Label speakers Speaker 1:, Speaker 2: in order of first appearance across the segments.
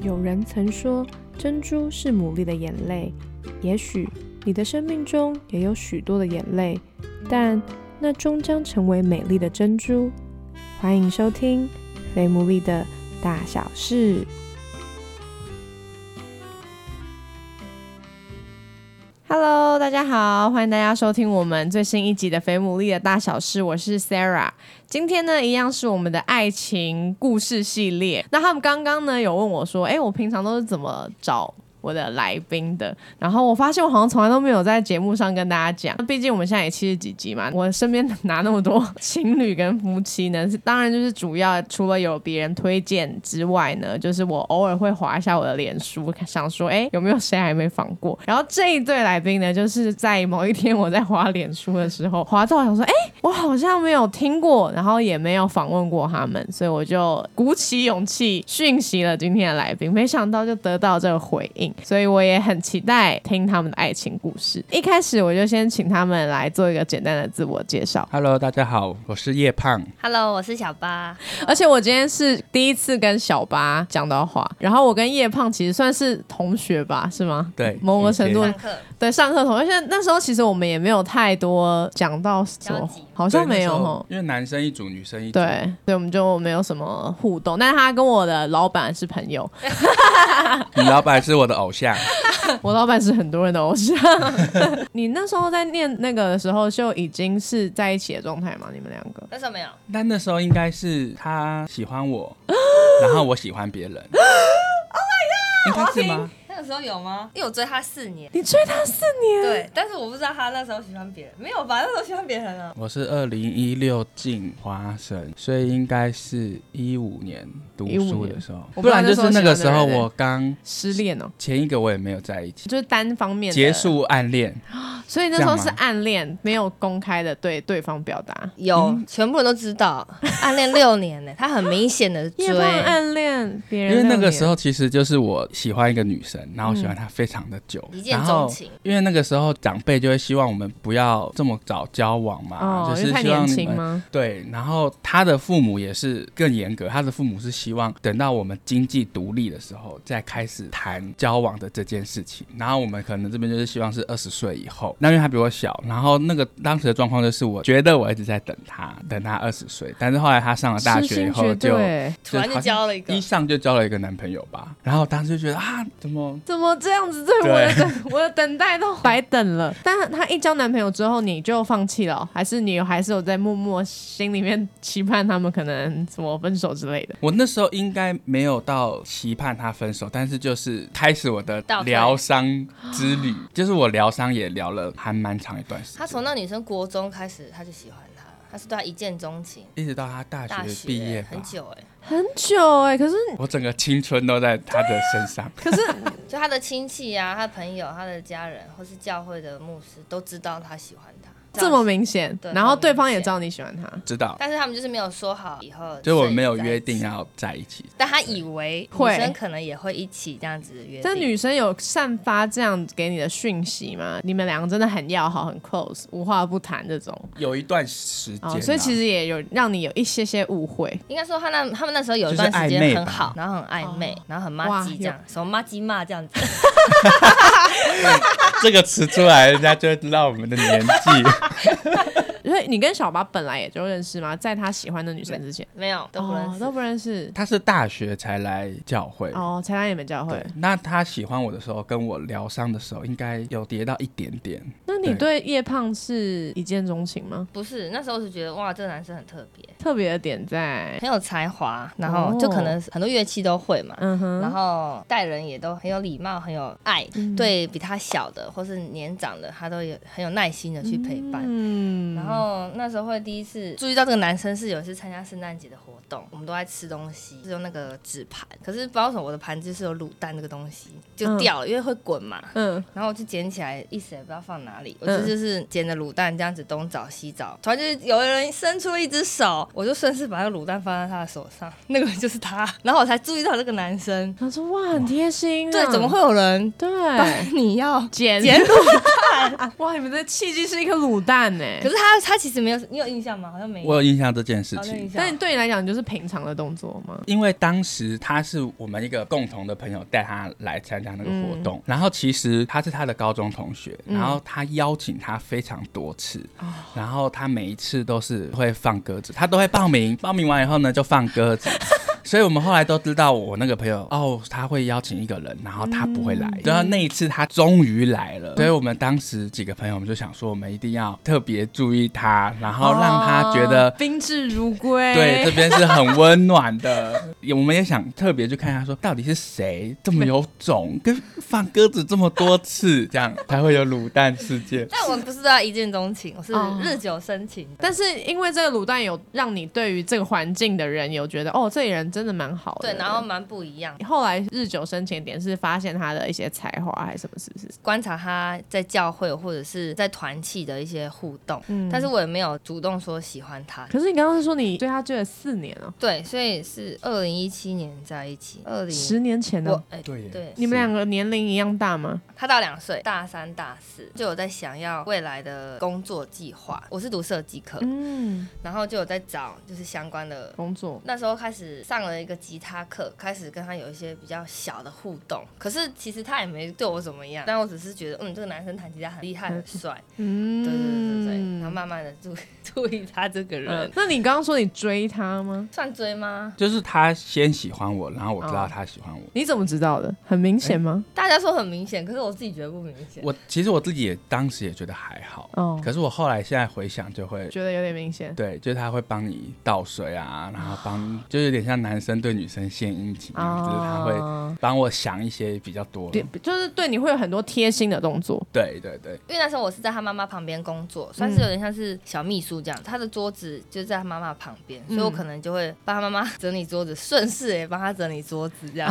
Speaker 1: 有人曾说，珍珠是牡蛎的眼泪。也许你的生命中也有许多的眼泪，但那终将成为美丽的珍珠。欢迎收听肥牡蛎的大小事。
Speaker 2: Hello，大家好，欢迎大家收听我们最新一集的《肥牡蛎的大小事》，我是 Sarah。今天呢，一样是我们的爱情故事系列。那他们刚刚呢有问我说，哎，我平常都是怎么找？我的来宾的，然后我发现我好像从来都没有在节目上跟大家讲，毕竟我们现在也七十几集嘛，我身边拿那么多情侣跟夫妻呢，是当然就是主要除了有别人推荐之外呢，就是我偶尔会划一下我的脸 书，想说哎有没有谁还没访过，然后这一对来宾呢，就是在某一天我在划脸书的时候划到，想说哎我好像没有听过，然后也没有访问过他们，所以我就鼓起勇气讯息了今天的来宾，没想到就得到这个回应，所以我也很期待听他们的爱情故事。一开始我就先请他们来做一个简单的自我介绍，
Speaker 3: Hello，大家好，我是叶胖。
Speaker 4: Hello，我是小八。
Speaker 2: 而且我今天是第一次跟小八讲到话，然后我跟叶胖其实算是同学吧，是吗？
Speaker 3: 对
Speaker 2: 嗯某个程度
Speaker 3: 对
Speaker 4: 上课
Speaker 2: 对，上课同学，而且那时候其实我们也没有太多讲到什
Speaker 4: 交
Speaker 2: 么
Speaker 4: 集，
Speaker 2: 好像
Speaker 3: 对
Speaker 2: 没有
Speaker 3: 那时
Speaker 2: 哦
Speaker 3: 候。因为男生一组，女生一组。
Speaker 2: 对，所以我们就没有什么互动。但是他跟我的老板是朋友，
Speaker 3: 你老板是我的偶像，
Speaker 2: 我老板是很多人的偶像。 你那时候在念那个的时候，就已经是在一起的状态吗？你们两个？
Speaker 4: 那时候没有，
Speaker 3: 但那时候应该是他喜欢我， 然后我喜欢别人。Oh my god！应该是吗？
Speaker 4: 那个时候有吗？因为我追他四年，
Speaker 2: 你追他四年，
Speaker 4: 对，但是我不知道他那时候喜欢别人，没有吧？那时候喜欢别人啊。
Speaker 3: 我是二零一六进花神，所以应该是一五年读书的时候，
Speaker 2: 15年
Speaker 3: 不然就是那个时候
Speaker 2: 我不知道那时候喜欢的人
Speaker 3: 我刚
Speaker 2: 失恋哦，
Speaker 3: 前一个我也没有在一起，
Speaker 2: 就是单方面的
Speaker 3: 结。束暗恋。
Speaker 2: 所以那时候
Speaker 3: 这样吗
Speaker 2: 是暗恋，没有公开的对对方表达。
Speaker 4: 有，全部人都知道，暗恋六年呢， 他很明显的追
Speaker 2: 叶枫，暗恋别
Speaker 3: 因
Speaker 2: 人，
Speaker 3: 为哎那个时候其实就是我喜欢一个女生，然后我喜欢她非常的久，
Speaker 2: 嗯
Speaker 4: 一见
Speaker 3: 然后
Speaker 4: 钟情
Speaker 3: 因为那个时候长辈就会希望我们不要这么早交往嘛，
Speaker 2: 哦，
Speaker 3: 啊就
Speaker 2: 因为
Speaker 3: 是
Speaker 2: 太
Speaker 3: 希
Speaker 2: 年
Speaker 3: 望你
Speaker 2: 轻
Speaker 3: 们
Speaker 2: 吗？
Speaker 3: 对。然后他的父母也是更严格，他的父母是希望等到我们经济独立的时候再开始谈交往的这件事情。然后我们可能这边就是希望是二十岁以后，那因为他比我小，然后那个当时的状况就是我觉得我一直在等他，等他二十岁，但是后来他上了大
Speaker 2: 痴
Speaker 3: 学以
Speaker 2: 心
Speaker 3: 后
Speaker 2: 绝
Speaker 3: 就。
Speaker 2: 对，
Speaker 4: 突然就
Speaker 3: 好像
Speaker 4: 交了一个
Speaker 3: 一。上就交了一个男朋友吧，然后当时就觉得啊，怎么
Speaker 2: 怎么这样子对我的等 我的等待都白等了？但她一交男朋友之后，你就放弃了哦，还是你还是有在默默心里面期盼他们可能什么分手之类的？
Speaker 3: 我那时候应该没有到期盼他分手，但是就是开始我的
Speaker 4: 倒退
Speaker 3: 疗伤之旅，就是我疗伤也疗了还蛮长一段时间，
Speaker 4: 哦他从那女生国中开始，他就喜欢她，他是对她一见钟情。
Speaker 3: 一直到他大
Speaker 4: 大
Speaker 3: 学
Speaker 4: 学
Speaker 3: 毕业吧
Speaker 4: 很，久哎、
Speaker 2: 很久哎、可是
Speaker 3: 我整个青春都在他的身 上。
Speaker 2: 可是
Speaker 4: 就他的亲戚啊、他的朋友、他的家人或是教会的牧师都知道他喜欢他，
Speaker 2: 这么明显，
Speaker 4: 对
Speaker 2: 然后
Speaker 4: 很
Speaker 2: 对方也
Speaker 4: 明显
Speaker 2: 知道你喜欢他，
Speaker 3: 知道，
Speaker 4: 但是他们就是没有说好以后，
Speaker 3: 就是我们没有约定要在一起，
Speaker 4: 但他以为女
Speaker 2: 会
Speaker 4: 生可能也会一起这样子约定。
Speaker 2: 但女生有散发这样给你的讯息吗？你们两个真的很要好，很 close，无话不谈这种
Speaker 3: 有一段时间
Speaker 2: 啊、
Speaker 4: 哦
Speaker 3: 啊、
Speaker 2: 所以其实也有让你有一些些误会。
Speaker 4: 应该说他那他们那时候有一段时间很好，然后很暧昧，
Speaker 2: 哦
Speaker 4: 然后很妈鸡这样，什么妈鸡骂这样子。
Speaker 3: 这个词出来，人家就会知道我们的年纪。
Speaker 2: 所以你跟小八本来也就认识吗？在他喜欢的女生之前，
Speaker 4: 没有，都不认
Speaker 2: 哦
Speaker 4: 识。
Speaker 2: 都不认识。
Speaker 3: 他是大学才来教会，
Speaker 2: 哦，才来你们教会
Speaker 3: 对。，那他喜欢我的时候，跟我疗伤的时候，应该有跌到一点点。
Speaker 2: 那你对叶胖是一见钟情吗？
Speaker 4: 不是，那时候是觉得哇，这个男生很特别，
Speaker 2: 特别的点在，
Speaker 4: 很有才华，然
Speaker 2: 哦
Speaker 4: 后就可能很多乐器都会嘛，
Speaker 2: 嗯
Speaker 4: 然
Speaker 2: 哼，
Speaker 4: 后待人也都很有礼貌，很有爱，
Speaker 2: 嗯
Speaker 4: 对比他小的或是年长的，他都有很有耐心的去陪伴。
Speaker 2: 嗯，
Speaker 4: 然后那时候会第一次注意到这个男生是有一次参加圣诞节的活动，我们都在吃东西，是用那个纸盘，可是不知道为什么我的盘子是有卤蛋这个东西就掉了，因为会滚嘛。
Speaker 2: 嗯，
Speaker 4: 然后我就捡起来，一时也不知道放哪里。我
Speaker 2: 嗯
Speaker 4: 就就是捡着卤蛋这样子东找西找，突然就是有人伸出一只手，我就顺势把那个卤蛋放在他的手上，那个就是他。然后我才注意到这个男生，
Speaker 2: 他说哇，很贴心啊，
Speaker 4: 对，怎么会有人帮
Speaker 2: 对
Speaker 4: 你要
Speaker 2: 捡
Speaker 4: 捡卤？
Speaker 2: 哇？你们的契机是一颗卤蛋呢，
Speaker 4: 可是他他其实没有，你有印象吗？好像没有。
Speaker 3: 我有印象这件事
Speaker 4: 好像有印
Speaker 3: 情，
Speaker 4: 象。
Speaker 2: 但对你来讲，你就是平常的动作吗？
Speaker 3: 因为当时他是我们一个共同的朋友带他来参加那个活动，然后其实他是他的高中同学，然后他邀请他非常多次，然后他每一次都是会放鸽子，他都会报名， 报名完以后呢就放鸽子。所以我们后来都知道，我那个朋友哦，他会邀请一个人，然后他不会来。然后那一次他终于来了，所以我们当时几个朋友，我们就想说，我们一定要特别注意他，然后让他觉得
Speaker 2: 哦宾至如归。
Speaker 3: 对，这边是很温暖的。 也我们也想特别去看一下，说到底是谁这么有种，跟放鸽子这么多次，这样 才会有卤蛋事件。
Speaker 4: 但我不是对他一见钟情，我是
Speaker 2: 哦
Speaker 4: 日久生情的。
Speaker 2: 但是因为这个卤蛋有让你对于这个环境的人有觉得，哦，这里人真的蛮好的。
Speaker 4: 对，然后蛮不一样。
Speaker 2: 后来日久生情的点是发现他的一些才华还是什么，是不是？
Speaker 4: 观察他在教会或者是在团契的一些互动，
Speaker 2: 嗯
Speaker 4: 但是我也没有主动说喜欢他。
Speaker 2: 可是你刚刚是说你对他追了四年哦，
Speaker 4: 对，所以是二零一七年在一起，二零
Speaker 2: 十年前哦呢、
Speaker 4: 我哎、
Speaker 3: 对耶
Speaker 4: 对，
Speaker 2: 你们两个年龄一样大吗？
Speaker 4: 他到两岁，大三大四就有在想要未来的工作计划。我是读设计课，
Speaker 2: 嗯，
Speaker 4: 然后就有在找就是相关的。
Speaker 2: 工作
Speaker 4: 那时候开始上了一个吉他课，开始跟他有一些比较小的互动。可是其实他也没对我怎么样，但我只是觉得，嗯，这个男生弹吉他很厉害，很帅。
Speaker 2: 嗯，
Speaker 4: 对对对对对，然后慢慢的注注意他这个人，
Speaker 2: 嗯那你刚刚说你追他吗？
Speaker 4: 算追吗？
Speaker 3: 就是他先喜欢我，然后我知道
Speaker 2: 哦
Speaker 3: 他喜欢我。
Speaker 2: 你怎么知道的？很明显吗？
Speaker 4: 大家说很明显，可是我自己觉得不明显。
Speaker 3: 我其实我自己也当时也觉得还好，
Speaker 2: 哦
Speaker 3: 可是我后来现在回想就会。
Speaker 2: 觉得有点明显。
Speaker 3: 对，就是他会帮你倒水啊，然后帮，就有点像男生对女生献殷勤一样，就是他会
Speaker 2: 哦
Speaker 3: 帮我想一些比较多。
Speaker 2: 对，就是对你会有很多贴心的动作。
Speaker 3: 对对对，
Speaker 4: 因为那时候我是在他妈妈旁边工作，算是有点像是小秘书这样。他的桌子就在他妈妈旁边，所以
Speaker 2: 嗯
Speaker 4: 我可能就会帮他妈妈整理桌子，顺势也帮他整理桌子
Speaker 2: 嗯
Speaker 4: 这样。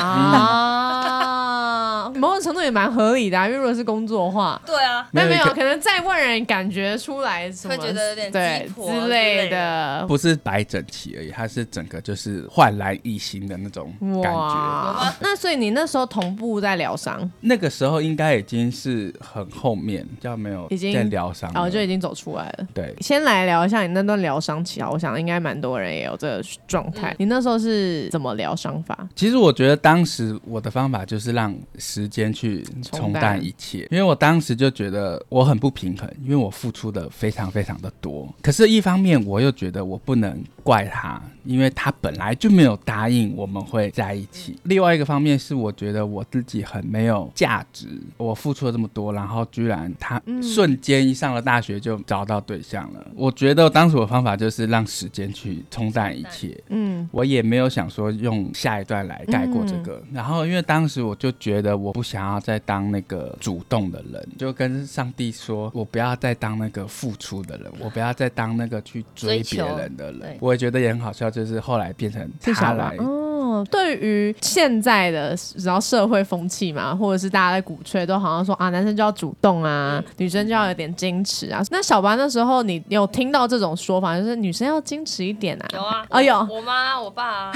Speaker 2: 啊，某种程度也蛮合理的、啊，因为如果是工作的话，
Speaker 4: 对啊，
Speaker 2: 但没有
Speaker 3: 可
Speaker 2: 可能在外人感觉出来什么，
Speaker 4: 会觉得有点
Speaker 2: 对
Speaker 4: 鸡婆
Speaker 2: 之
Speaker 4: 之
Speaker 2: 类
Speaker 4: 类
Speaker 2: 的。
Speaker 3: 不是摆整齐而已，它是整个就是焕然一新的那种感觉。
Speaker 2: 哇，那所以你那时候同步在疗伤，
Speaker 3: 那个时候应该已经是很后面，叫没有
Speaker 2: 已经
Speaker 3: 在疗伤
Speaker 2: 哦，
Speaker 3: 了，
Speaker 2: 就已经走出来了。
Speaker 3: 对。
Speaker 2: 先来聊一下你那段疗伤期啊，我想应该蛮多人也有这个状态。你那时候是怎么疗伤法？
Speaker 3: 其实我觉得当时我的方法就是让时间去冲
Speaker 2: 冲淡
Speaker 3: 淡一切，因为我当时就觉得我很不平衡，因为我付出的非常非常的多，可是一方面我又觉得我不能怪他，因为他本来就没有答应我们会在一起。另外一个方面是我觉得我自己很没有价值，我付出了这么多，然后居然他瞬间一上了大学就找到对象了。我觉得当时我的方法就是让时间去冲淡一切，
Speaker 2: 嗯，
Speaker 3: 我也没有想说用下一段来概括这个。然后因为当时我就觉得我不想要再当那个主动的人，就跟上帝说，我不要再当那个付出的人，我不要再当那个去追
Speaker 4: 追
Speaker 3: 别
Speaker 4: 求
Speaker 3: 人的人
Speaker 4: 对。
Speaker 3: 我也觉得也很好笑，就是后来变成
Speaker 2: 是
Speaker 3: 他
Speaker 2: 小吧
Speaker 3: 来。？
Speaker 2: 哦，对于现在的然后社会风气嘛，或者是大家在鼓吹，都好像说啊，男生就要主动啊，女生就要有点矜持啊。那小白那时候你有听到这种说法，就是女生要矜持一点啊？
Speaker 4: 有啊，
Speaker 2: 哦有
Speaker 4: 我妈我爸啊。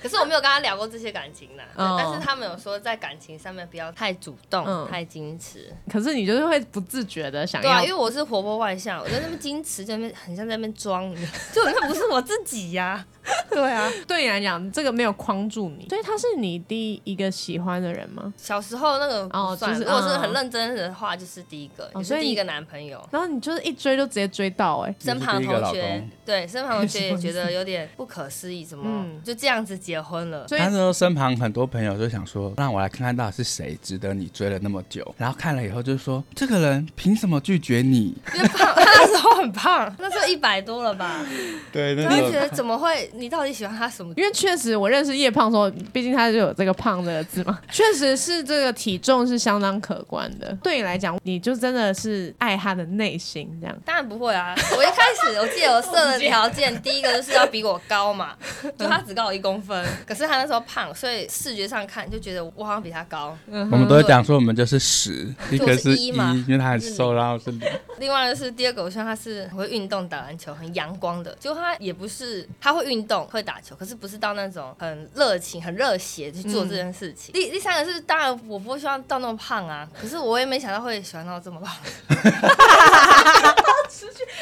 Speaker 4: 可是我没有跟他聊过这些感情啦，对
Speaker 2: 哦
Speaker 4: 但是他们有说在感情上面不要太主动、
Speaker 2: 嗯
Speaker 4: 太矜持。
Speaker 2: 可是你就是会不自觉的想
Speaker 4: 对啊，
Speaker 2: 要
Speaker 4: 因为我是活泼外向，我在那边矜持，在那边很像在那边装，就那不是我自己 呀、对啊，
Speaker 2: 对你来讲，这个没有框住你，所以他是你第一个喜欢的人吗？
Speaker 4: 小时候那个
Speaker 2: 哦
Speaker 4: 不算，
Speaker 2: 就是
Speaker 4: 如果是
Speaker 2: 嗯
Speaker 4: 很认真的话，就是第一个，
Speaker 2: 哦
Speaker 4: 也
Speaker 2: 所以
Speaker 4: 是第
Speaker 2: 你
Speaker 4: 一个男朋友。
Speaker 2: 然后你就是一追就直接追到、欸，哎，
Speaker 4: 身旁
Speaker 3: 你是第一个
Speaker 4: 同
Speaker 3: 老
Speaker 4: 学
Speaker 3: 公
Speaker 4: 对身旁同学也觉得有点不可思议，怎么
Speaker 2: 嗯
Speaker 4: 就这样子结婚了？
Speaker 2: 所以
Speaker 3: 那时候身旁很多朋友就想说，让我来看看到底是谁值得你追了那么久。然后看了以后就说，这个人凭什么拒绝你？
Speaker 4: 因为胖，他那时候很胖，那时候一百多了吧，
Speaker 3: 对，
Speaker 4: 就
Speaker 3: 那
Speaker 4: 会觉得怎么会？你到底喜欢他什么？
Speaker 2: 因为确实我认识叶胖的时候，毕竟他就有这个“胖”这个字 嘛，确实是这个体重是相当可观的。对你来讲，你就真的是爱他的内心这样。
Speaker 4: 当然不会啊！ 我一开始我记得 我设的条件，第一个就是要比我高嘛， 就他只高我一公分，可是他那时候胖，所以视觉上看就觉得我好像比他高。
Speaker 3: 我们都会讲说我们就是十，一个是
Speaker 4: 我是
Speaker 3: 一，
Speaker 4: 一嘛
Speaker 3: 因为他很瘦，然后是零。
Speaker 4: 另外就是第二个，我希望他是很会运动、打篮球、很阳光的。就他也不是，他会运动、会打球，可是不是到那种很热情、很热血去做这件事情。第第三个是，当然我不会希望到那么胖啊，可是我也没想到会喜欢到这么胖。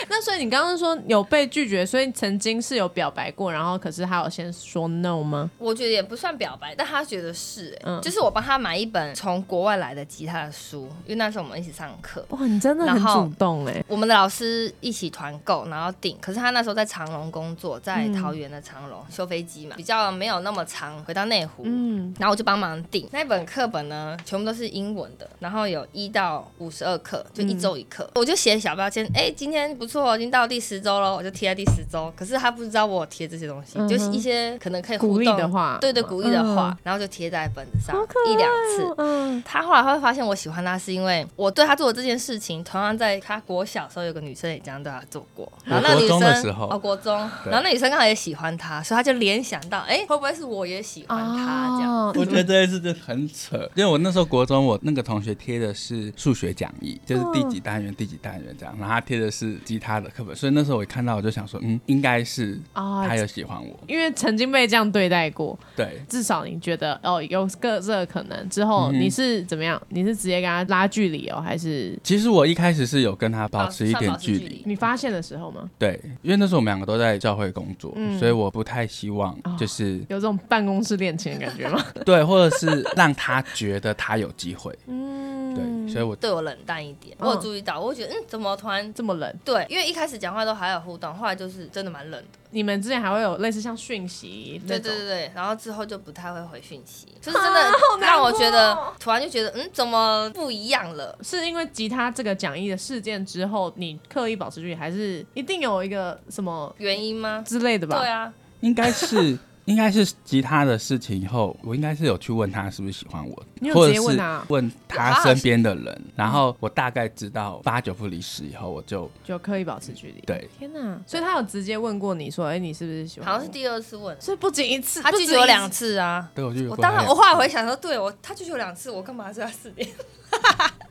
Speaker 2: 那所以你刚刚说有被拒绝，所以曾经是有表白过，然后可是他有先说 no 吗？
Speaker 4: 我觉得也不算表白，但他觉得是、欸，
Speaker 2: 嗯
Speaker 4: 就是我帮他买一本从国外来的吉他的书，因为那时候我们一起上课，
Speaker 2: 哇，你真的很
Speaker 4: 然后
Speaker 2: 主动哎、
Speaker 4: 我们的老师一起团购，然后订。可是他那时候在长隆工作，在桃园的长隆、修飞机嘛，比较没有那么长，回到内湖。
Speaker 2: 嗯，
Speaker 4: 然后我就帮忙订那本课本呢，全部都是英文的，然后有一到五十二课，就一周一课。我就写小标签，哎、今天不错，已经到第十周了，我就贴在第十周。可是他不知道我有贴这些东西，
Speaker 2: 嗯哼
Speaker 4: 就是一些可能可以互
Speaker 2: 鼓
Speaker 4: 动
Speaker 2: 励的，话，
Speaker 4: 对对，鼓励的话，然后就贴在本子上一两次。
Speaker 2: 嗯，
Speaker 4: 他后来会发现我喜欢他，是因为我对他做的这件事情，同样在他国小的时候有个女生也这样对他做过，然后那个女
Speaker 3: 我国中的时
Speaker 4: 生
Speaker 3: 候
Speaker 4: 哦国中，
Speaker 3: 对
Speaker 4: 然后那女生刚好也喜欢他，所以他就联想到，哎、会不会是我也喜欢他、这样？
Speaker 2: 哦
Speaker 3: 我觉得这件事真的很扯，因为我那时候国中，我那个同学贴的是数学讲义，就是第几单元、第几单元这样，然后他贴的是吉他的课本，所以那时候我一看到我就想说，嗯，应该是
Speaker 2: 啊
Speaker 3: 他，有喜欢我，
Speaker 2: 因为曾经被这样对待过，
Speaker 3: 对，
Speaker 2: 至少你觉得哦有个这个可能之后，
Speaker 3: 嗯哼
Speaker 2: 你是怎么样？你是直接跟他拉距离哦，还是
Speaker 3: 其实我一开始是有跟他保
Speaker 4: 哦保
Speaker 3: 持一点距离，
Speaker 2: 你发现的时候吗？
Speaker 3: 对，因为那时候我们两个都在教会工作，
Speaker 2: 嗯
Speaker 3: 所以我不太希望
Speaker 2: 哦
Speaker 3: 就是、
Speaker 2: 有这种办公室恋情的感 觉吗？
Speaker 3: 对，或者是让他觉得他有机会，对，
Speaker 2: 嗯，
Speaker 3: 所以我
Speaker 4: 对我冷淡一点，
Speaker 2: 嗯
Speaker 4: 我有注意到，我会觉得嗯，怎么突然
Speaker 2: 这么冷，
Speaker 4: 对？因为一开始讲话都还有互动，后来就是真的蛮冷的。
Speaker 2: 你们之前还会有类似像讯息那
Speaker 4: 对
Speaker 2: 种
Speaker 4: 对对对，然后之后就不太会回讯息，就是真的让我觉得、突然就觉得嗯，怎么不一样了？
Speaker 2: 是因为吉他这个讲义的事件之后，你刻意保持距离，还是一定有一个什么
Speaker 4: 原因吗？
Speaker 2: 之类的吧？
Speaker 4: 对啊，
Speaker 3: 应该是 应该是吉他的事情以后，我应该是有去问他是不是喜欢我
Speaker 2: 你，有
Speaker 3: 或
Speaker 2: 直接
Speaker 3: 者
Speaker 2: 问
Speaker 3: 是
Speaker 2: 他啊
Speaker 3: 问他身边的人，然后我大概知道八九不离十以后，我就
Speaker 2: 就刻意保持距离。
Speaker 3: 对
Speaker 2: 天哪！所以他有直接问过你说：“哎、你是不是喜欢我？”
Speaker 4: 好像是第二次问。
Speaker 2: 所以不仅一次，
Speaker 4: 他
Speaker 2: 不
Speaker 4: 拒
Speaker 2: 止
Speaker 4: 绝我
Speaker 2: 一次
Speaker 4: 两次啊。
Speaker 3: 对我就有
Speaker 4: 我
Speaker 3: 过
Speaker 4: 当然，
Speaker 3: 他
Speaker 4: 我后来回想说，对我他拒绝我两次，我干嘛是他四点？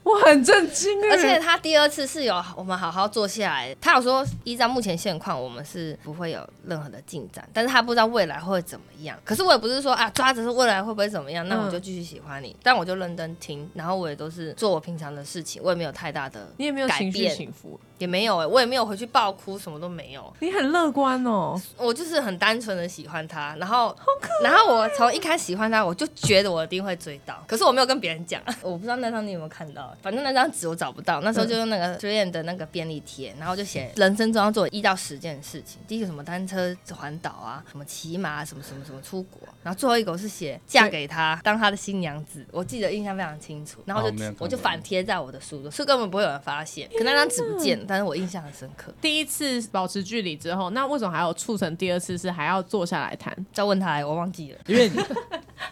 Speaker 2: 我很震惊哎。
Speaker 4: 而且他第二次是有我们好好坐下来，他有说依照目前现况，我们是不会有任何的进展，但是他不知道未来会怎么样。可是我也不是说啊抓着是未来会不会怎么样，那我就继续喜欢你，但我就认真听，然后我也都是做我平常的事情，我也没有太大的，
Speaker 2: 你也没有
Speaker 4: 改
Speaker 2: 情绪
Speaker 4: 变
Speaker 2: 起伏，
Speaker 4: 也没有哎、我也没有回去爆哭，什么都没有。
Speaker 2: 你很乐观哦。
Speaker 4: 我就是很单纯的喜欢他，然后，然后我从一开始喜欢他，我就觉得我一定会追到，可是我没有跟别人讲，我不知道那张你有没有看到，反正那张纸我找不到，那时候就用那个 d r e a m 的那个便利贴，然后就写人生中要做一到十件事情，第一个什么单车环岛啊，什么骑马、啊，什么什么什么出国，然后最后一个我是写嫁给他，当他的新娘子，我记得印象非常清楚，然后我
Speaker 3: 哦
Speaker 4: 就、
Speaker 3: 没有看过
Speaker 4: 我就反贴在我的书桌，是根本不会有人发现，可那张纸不见了，但是我印象很深刻，
Speaker 2: 第一次保持距离之后，那为什么还有促成第二次是还要坐下来谈？
Speaker 4: 再问他，哎我忘记了。
Speaker 3: 因为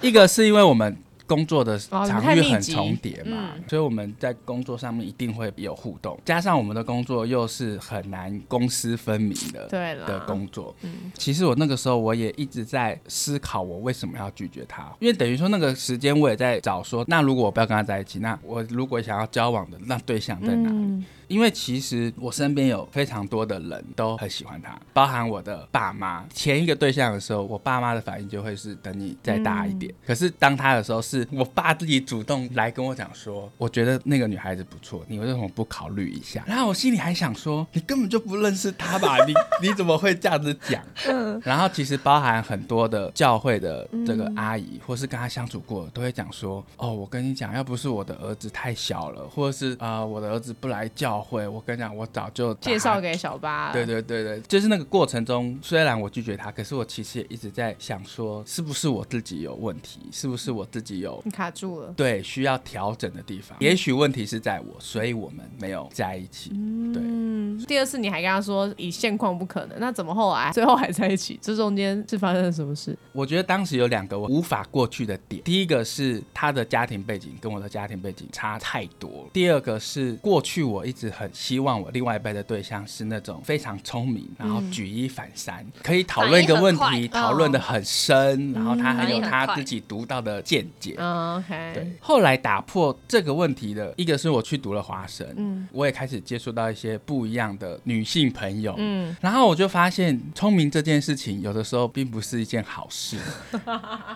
Speaker 3: 一个是因为我们。工作的
Speaker 2: 哦你们
Speaker 3: 场
Speaker 2: 太
Speaker 3: 域
Speaker 2: 密
Speaker 3: 很
Speaker 2: 集嗯
Speaker 3: 重叠嘛，所以我们在工作上面一定会有互动，加上我们的工作又是很难公私分明的，
Speaker 2: 对嗯了，
Speaker 3: 的工作。其实我那个时候我也一直在思考，我为什么要拒绝他？因为等于说那个时间我也在找说，那如果我不要跟他在一起，那我如果想要交往的那对象在哪里？
Speaker 2: 嗯，
Speaker 3: 因为其实我身边有非常多的人都很喜欢他，包含我的爸妈。前一个对象的时候，我爸妈的反应就会是等你再大一点。可是当他的时候，是我爸自己主动来跟我讲说，我觉得那个女孩子不错，你为什么不考虑一下？然后我心里还想说，你根本就不认识她 吧？你你怎么会这样子讲？
Speaker 2: 嗯
Speaker 3: 然后其实包含很多的教会的这个阿
Speaker 2: 嗯
Speaker 3: 姨，或是跟她相处过，都会讲说，哦，我跟你讲，要不是我的儿子太小了，或者是啊、呃我的儿子不来教会，我跟你讲，我早就把他
Speaker 2: 介绍。给小八了。
Speaker 3: 对对对对，就是那个过程中，虽然我拒绝他，可是我其实也一直在想说，是不是我自己有问题，是不是我自己有
Speaker 2: 你卡住了。
Speaker 3: 对需要调整的地方？也许问题是在我，所以我们没有在一起。
Speaker 2: 嗯
Speaker 3: 对，
Speaker 2: 第二次你还跟他说以现况不可能，那怎么后来最后还在一起？这中间是发生了什么事？
Speaker 3: 我觉得当时有两个我无法过去的点，第一个是他的家庭背景跟我的家庭背景差太多，第二个是过去我一直很希望我另外一半的对象是那
Speaker 4: 嗯
Speaker 3: 种非常聪明，然后举一反三，可以讨论一个问
Speaker 4: 反应
Speaker 3: 题，
Speaker 4: 很嗯
Speaker 3: 讨论的很深，然后他很有
Speaker 4: 反应很
Speaker 3: 他
Speaker 4: 快
Speaker 3: 自己独到的见解。
Speaker 2: 嗯，OK，
Speaker 3: 对，后来打破这个问题的一个是我去读了华神，
Speaker 2: 嗯
Speaker 3: 我也开始接触到一些不一样长的女性朋友，
Speaker 2: 嗯，
Speaker 3: 然后我就发现，聪明这件事情有的时候并不是一件 好事，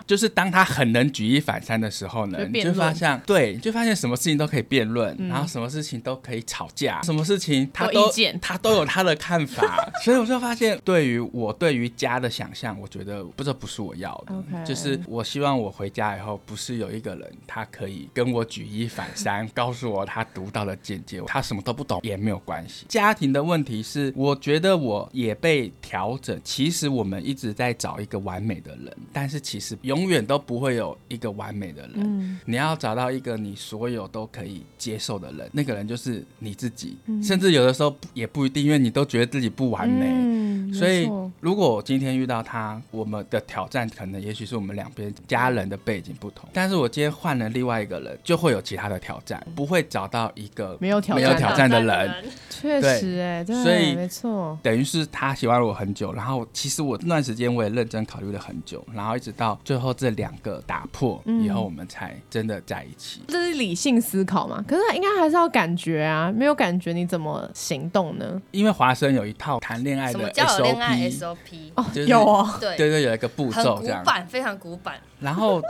Speaker 3: 就是当他很能举一反三的时候呢，
Speaker 2: 就
Speaker 3: 你
Speaker 2: 辩
Speaker 3: 就
Speaker 2: 论嗯
Speaker 3: 发现，对，你就发现什么事情都可以辩论，然后什么事情都可以吵架，什么事情他
Speaker 2: 有
Speaker 3: 都
Speaker 2: 意见
Speaker 3: 他都有他的 看法，所以我就发现，对于我对于家的想象，我觉得不这不是我要的
Speaker 2: OK
Speaker 3: 就是我希望我回家以后，不是有一个人他可以跟我举一反三，告诉我他独到的见解，他什么都不懂也没有关系。家庭的问题是，我觉得我也被调整。其实我们一直在找一个完美的人，但是其实永远都不会有一个完美的人。你要找到一个你所有都可以接受的人，那个人就是你自己，甚至有的时候也不一定，因为你都觉得自己不完美。
Speaker 2: 嗯
Speaker 3: 所
Speaker 2: 没
Speaker 3: 以
Speaker 2: 错，
Speaker 3: 如果我今天遇到他，我们的挑战可能也许是我们两边家人的背景不同，但是我今天换了另外一个人，就会有其他的挑战，不会找到一个
Speaker 2: 嗯没有挑
Speaker 3: 没有
Speaker 2: 战
Speaker 3: 挑
Speaker 2: 的
Speaker 3: 战的人。
Speaker 2: 确
Speaker 3: 对
Speaker 2: 实哎，对，
Speaker 3: 所以
Speaker 2: 没错，
Speaker 3: 等于是他喜欢了我很久，然后其实我那段时间我也认真考虑了很久，然后一直到最后这两个打破
Speaker 2: 嗯
Speaker 3: 以后，我们才真的在一起。
Speaker 2: 这是理性思考嘛？可是应该还是要感觉啊，没有感觉你怎么行动呢？
Speaker 3: 因为华生有一套谈恋爱
Speaker 4: 什么
Speaker 3: 的
Speaker 4: 叫有恋爱
Speaker 3: SOP，
Speaker 4: SOP？
Speaker 2: 哦
Speaker 3: 就是
Speaker 2: 有哦，
Speaker 4: 对
Speaker 3: 对对，有一个步
Speaker 4: 很
Speaker 3: 骤
Speaker 4: 古
Speaker 3: 这样。
Speaker 4: 板，非常古板。
Speaker 3: 然后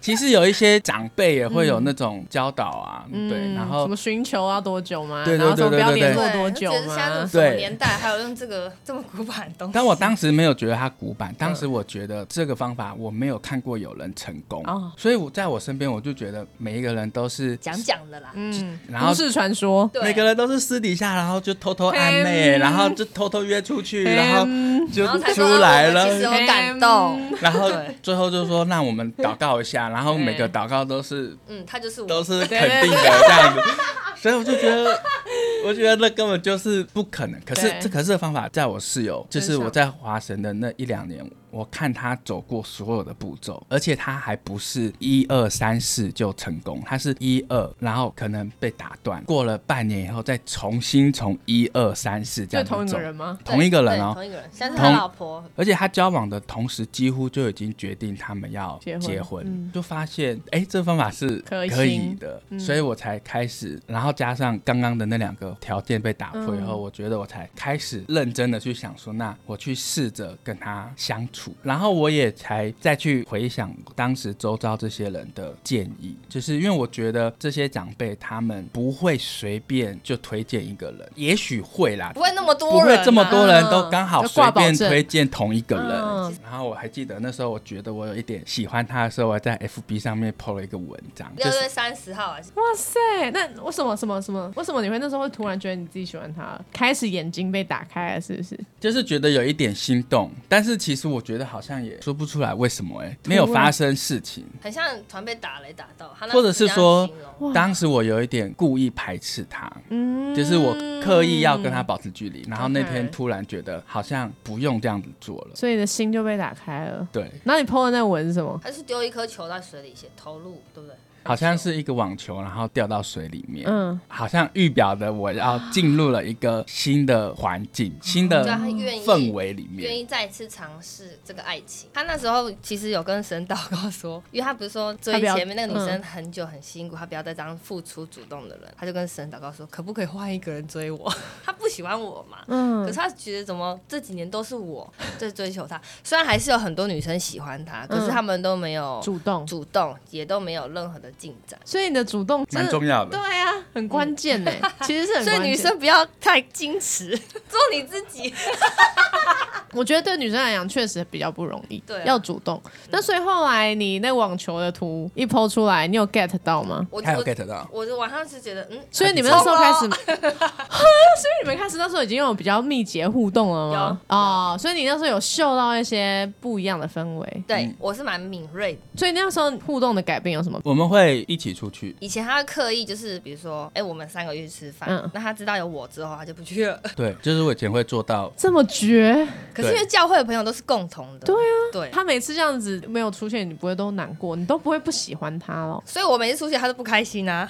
Speaker 3: 其实有一些长辈也会有
Speaker 2: 嗯
Speaker 3: 那种教导啊，对，然
Speaker 2: 什
Speaker 3: 后
Speaker 2: 么寻求要多久嘛？
Speaker 3: 对对
Speaker 2: 然后什么
Speaker 3: 对对
Speaker 2: 不要
Speaker 3: 对
Speaker 2: 联
Speaker 3: 对
Speaker 2: 络
Speaker 4: 对
Speaker 2: 多
Speaker 4: 就
Speaker 2: 久
Speaker 4: 觉得现在这种
Speaker 2: 嘛？
Speaker 4: 什么
Speaker 3: 对
Speaker 4: 年代，还有用这个 这么古板的东西？
Speaker 3: 但我当时没有觉得它古板，当
Speaker 4: 嗯
Speaker 3: 时我觉得这个方法我没有看过有人成功，
Speaker 2: 哦
Speaker 3: 所以我在我身边我就觉得每一个人都是，
Speaker 4: 讲讲的啦，
Speaker 2: 嗯，
Speaker 3: 然后
Speaker 2: 都。市传说，
Speaker 4: 对，
Speaker 3: 每个人都是私底下，然后就偷偷暧昧，
Speaker 2: 嗯
Speaker 3: 然后就偷偷约出去，然后就
Speaker 4: 然后才说
Speaker 3: 出来
Speaker 4: 哦我们其实
Speaker 3: 了，
Speaker 4: 有感动。
Speaker 3: 然后
Speaker 4: 对
Speaker 3: 最后就说那我们祷告一下，然后每个祷告都是
Speaker 4: 嗯，他就是
Speaker 3: 都
Speaker 4: 我。
Speaker 3: 是肯定的这样子，所以我就觉得，我觉得那根本就是不可能。可是
Speaker 2: 对
Speaker 3: 这可是这方法，在我室友，就是
Speaker 2: 身上
Speaker 3: 我在华神的那一两年，我看他走过所有的步骤，而且他还不是一二三四就成功，他是一二，然后可能被打断，过了半年以后再重新从一二三四这
Speaker 2: 就
Speaker 3: 样子
Speaker 2: 同一
Speaker 3: 走
Speaker 2: 个，人吗？
Speaker 3: 同一个人
Speaker 4: 对
Speaker 3: 哦。
Speaker 4: 同一个人，
Speaker 2: 嗯
Speaker 4: 像是
Speaker 3: 同
Speaker 4: 他老婆，
Speaker 3: 而且他交往的同时，几乎就已经决定他们要
Speaker 2: 结婚嗯
Speaker 3: 就发现哎、诶这方法是
Speaker 2: 可行
Speaker 3: 可
Speaker 2: 嗯
Speaker 3: 以的，所以我才开始，然后加上刚刚的那两个条件被打
Speaker 2: 嗯
Speaker 3: 破以后，我觉得我才开始认真的去想说，那我去试着跟他相处，然后我也才再去回想当时周遭这些人的建议，就是因为我觉得这些长辈他们不会随便就推荐一个人，也许会啦，
Speaker 4: 不会那么多
Speaker 3: 不
Speaker 4: 人啊，
Speaker 3: 会这么多人都刚好
Speaker 2: 就
Speaker 3: 随
Speaker 2: 挂保
Speaker 3: 便
Speaker 2: 证
Speaker 3: 推荐同一个人。
Speaker 2: 嗯
Speaker 3: 然后我还记得那时候，我觉得我有一点喜欢他的时候，我在 FB 上面 PO 了一个文章，就
Speaker 4: 六月
Speaker 3: 是
Speaker 4: 三十号啊，
Speaker 2: 哇塞，那为什么什么什么？为什么你会那时候会突然觉得你自己喜欢他？开始眼睛被打开了，是不是？
Speaker 3: 就是觉得有一点心动，但是其实我觉得好像也说不出来为什么哎、没有发生事情，
Speaker 4: 很像突然被打雷打到，他那
Speaker 3: 或者是说
Speaker 4: 这样形容
Speaker 3: 当时我有一点故意排斥他，
Speaker 2: 嗯，
Speaker 3: 就是我刻意要跟他保持距离，然后那
Speaker 2: OK
Speaker 3: 天突然觉得好像不用这样子做了，
Speaker 2: 所以你的心就被打开了。
Speaker 3: 对，
Speaker 2: 然后你 PO 的那个文是什么？
Speaker 4: 他是丢一颗球在水里，写投入，对不对？
Speaker 3: 好像是一个网球，然后掉到水里面，
Speaker 2: 嗯，
Speaker 3: 好像预表的我要进入了一个新的环境、
Speaker 2: 嗯
Speaker 3: 新的
Speaker 4: 就他愿意
Speaker 3: 氛围里
Speaker 4: 愿
Speaker 3: 面。
Speaker 4: 意再次尝试这个爱情。他那时候其实有跟神祷告说，因为他不是说追
Speaker 2: 他不要
Speaker 4: 前面那个女生很久很辛苦，他不要再当付出主动的人，他就跟神祷告说，可不可以换一个人追我？ 他不喜欢我嘛。
Speaker 2: 嗯
Speaker 4: 可是他觉得怎么这几年都是我在追求他，虽然还是有很多女生喜欢他，可是他们都没有
Speaker 2: 主动，
Speaker 4: 主动，也都没有任何的进展。
Speaker 2: 所以你的主动真
Speaker 3: 蛮
Speaker 2: 的
Speaker 3: 重要
Speaker 2: 对
Speaker 3: 的，
Speaker 2: 啊，很关键呢、 其实是很
Speaker 4: 嗯所以
Speaker 2: 关键。
Speaker 4: 女生不要太矜持，做你自己。
Speaker 2: 我觉得对女生来讲确实比较不容易，
Speaker 4: 对啊
Speaker 2: 要主动。那所以后来你那网球的图一抛出来，你有 get 到吗？
Speaker 4: 我
Speaker 3: 他有
Speaker 4: 我
Speaker 3: get 到，
Speaker 4: 我就晚上是觉得，嗯，
Speaker 2: 所以你们那时候开始，所 以你们开始那时候已经有比较密集的互动了吗？哦，所以你那时候有嗅到一些不一样的氛围，
Speaker 4: 对、
Speaker 3: 嗯
Speaker 4: 我是蛮敏锐的。
Speaker 2: 所以那时候互动的改变有什么？
Speaker 3: 我们会一起出去，
Speaker 4: 以前他会刻意就是，比如说，哎、我们三个月去吃饭，
Speaker 2: 嗯
Speaker 4: 那他知道有我之后，他就不去了。
Speaker 3: 对，就是我以前会做 到，
Speaker 2: 这么绝？
Speaker 4: 可是因为教会的朋友都是共同的，对啊，对。
Speaker 2: 他每次这样子没有出现，你不会都难过，你都不会不喜欢他了。
Speaker 4: 所以我每次出去，他都不开心啊，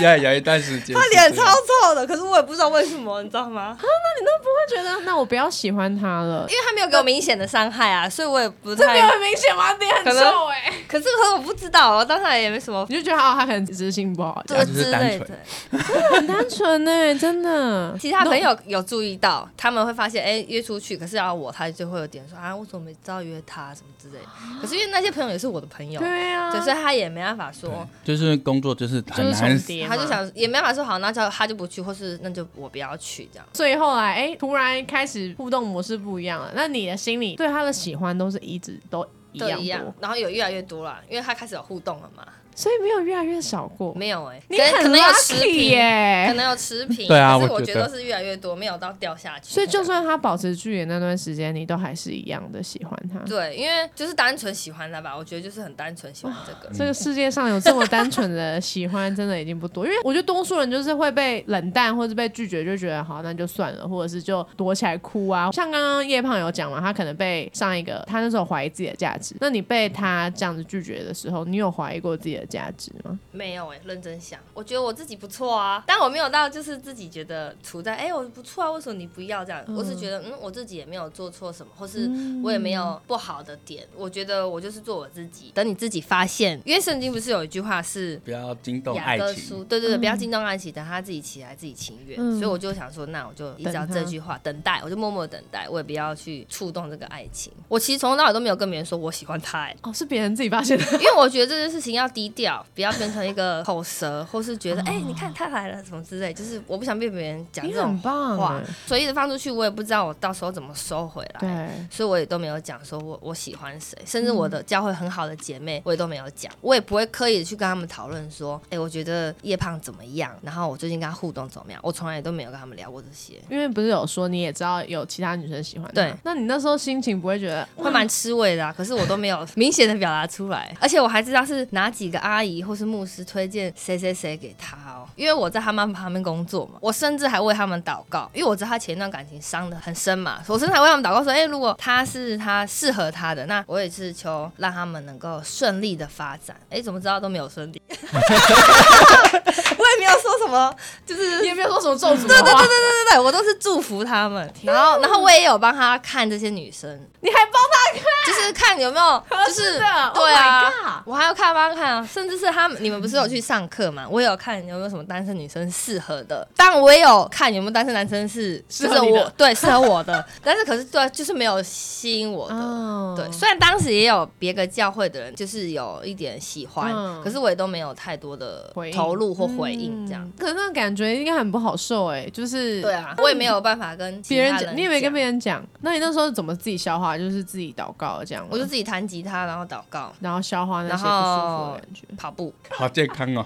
Speaker 3: 要有一段时间，
Speaker 4: 他脸超臭的。可是我也不知道为什么，你知道吗？
Speaker 2: 会觉得那我不要喜欢他了
Speaker 4: 因，为他没有给我明显的伤害啊，所以我也不
Speaker 2: 这没
Speaker 4: 太
Speaker 2: 有很明显吗？你很
Speaker 4: 可能
Speaker 2: 臭哎、
Speaker 4: 可是可是我不知道，我当然也没什么
Speaker 2: 你就觉得哦，他可能执行不好，
Speaker 3: 对啊
Speaker 4: 做
Speaker 3: 就
Speaker 4: 之
Speaker 3: 是单
Speaker 4: 类
Speaker 3: 纯
Speaker 4: 的。
Speaker 2: 很单纯呢，真的。
Speaker 4: 其他朋友有注意到，他们会发现，哎、约出去，可是要我，他就会有点说啊，我怎么没知道约他什么之类的。可是因为那些朋友也是我的朋友，
Speaker 2: 对啊，
Speaker 4: 对，所以他也没办法说，
Speaker 3: 就是工作就是
Speaker 2: 就
Speaker 3: 很
Speaker 2: 是
Speaker 3: 难
Speaker 2: 重，叠嘛，
Speaker 4: 他就想也没办法说好，那就他就不去，或是那就我不要去这样。
Speaker 2: 所以后来，哎、突然开始互动模式不一样了。那你的心里对他的喜欢都是一直都一
Speaker 4: 都
Speaker 2: 样
Speaker 4: 一样
Speaker 2: 多，，
Speaker 4: 然后有越来越多啦，因为他开始有互动了嘛。
Speaker 2: 所以没有越来越少过。
Speaker 4: 没有哎、
Speaker 2: 你
Speaker 4: 可能可
Speaker 2: 很
Speaker 4: 能有持
Speaker 2: lucky
Speaker 4: 平，可
Speaker 2: 耶、
Speaker 4: 能有持 平。
Speaker 3: 对啊
Speaker 4: 可是
Speaker 3: 我
Speaker 4: 我
Speaker 3: 觉
Speaker 4: 得
Speaker 3: 得
Speaker 4: 是越来越多，没有到掉下去。
Speaker 2: 所以就算他保持距离那段时间，你都还是一样的喜欢他。
Speaker 4: 对，因为就是单纯喜欢他吧，我觉得就是很单纯喜欢这个。
Speaker 2: 这个世界上有这么单纯的喜欢，真的已经不多。因为我觉得多数人就是会被冷淡或者被拒绝，就觉得好那就算了，或者是就躲起来哭啊。像刚刚叶胖有讲嘛，他可能被上一个他那时候怀疑自己的价值。那你被他这样子拒绝的时候，你有怀疑过自己的价值吗？
Speaker 4: 没有哎、认真想，我觉得我自己不错啊，但我没有到就是自己觉得处在哎、我不错啊，为什么你不要这样？我是觉得嗯，我自己也没有做错什么，或是我也没有不好的点，我觉得我就是做我自己。等你自己发现，因为圣经不是有一句话是。
Speaker 3: 不要惊动
Speaker 4: 雅
Speaker 3: 爱
Speaker 4: 各
Speaker 3: 情
Speaker 4: 书，。对对对，不要惊动爱情，等他自己起来，自己情愿。
Speaker 2: 嗯
Speaker 4: 所以我就想说，那我就依照这句话等待，我就默默等待，我也不要去触动这个爱情。我其实从头到尾都没有跟别人说我喜欢他、哎，
Speaker 2: 哦，是别人自己发现的。
Speaker 4: 因为我觉得这件事情要低调，不要变成一个口舌，或是觉得哎、你看他来了什么之类，就是我不想被别人讲
Speaker 2: 哦你
Speaker 4: 这种
Speaker 2: 很棒
Speaker 4: 话
Speaker 2: 哎，
Speaker 4: 所以一直放出去，我也不知道我到时候怎么收回来。
Speaker 2: 对，嗯
Speaker 4: 所以我也都没有讲说我我喜欢谁，甚至我的教会很好的姐妹，我也都没有讲，我也不会刻意地去跟他们讨论说，哎、我觉得叶胖怎么样，然后我最近跟他互动怎么样，我从来也都没有跟他们聊过这些，
Speaker 2: 因为不是有说你也知道有其他女生喜欢他
Speaker 4: 对，
Speaker 2: 那你那时候心情不会觉得
Speaker 4: 会蛮吃味的、啊，可是我都没有明显的表达出来，而且我还知道是哪几个阿姨或是牧师推荐谁谁谁给他哦，因为我在他们旁边工作嘛，我甚至还为他们祷告，因为我知道他前一段感情伤的很深嘛，我甚至还为他们祷告说，哎、如果他是他适合他的，那我也是求让他们能够顺利的发展，哎、怎么知道都没有顺利， 我也没有说什么，就是
Speaker 2: 你也没有说什么 咒诅啊的话，
Speaker 4: 对对对，我都是祝福他们，然后然后我也有帮他看这些女生。
Speaker 2: 你还帮他看
Speaker 4: 就是看有 没有，就
Speaker 2: 适
Speaker 4: 是
Speaker 2: 的，Oh
Speaker 4: 对
Speaker 2: my god
Speaker 4: 啊，我还要看帮看啊，甚至是他们，你们不是有去上课嘛？我也有看有没有什么单身女生适合的，但我也有看有没有单身男生是
Speaker 2: 适
Speaker 4: 就
Speaker 2: 合
Speaker 4: 是
Speaker 2: 你的
Speaker 4: 我对适合我的， 但是可是对，就是没有吸引我的。
Speaker 2: 哦
Speaker 4: 对，虽然当时也有别个教会的人，就是有一点喜欢，
Speaker 2: 嗯
Speaker 4: 可是我也都没有太多的
Speaker 2: 回应
Speaker 4: 投入或回应，这样。
Speaker 2: 嗯可是那感觉应该很不好受哎、就是
Speaker 4: 对啊，我也没有办法跟其
Speaker 2: 别人
Speaker 4: 他
Speaker 2: 讲，你也没跟
Speaker 4: 讲
Speaker 2: 别人讲，那你那时候怎么自己消化？就是自己祷告这样吗，
Speaker 4: 我就自己弹吉他，然后祷告、
Speaker 2: 然后消化那些
Speaker 4: 然
Speaker 2: 不舒
Speaker 4: 后
Speaker 2: 服的感觉。
Speaker 4: 跑步，
Speaker 3: 好健康哦！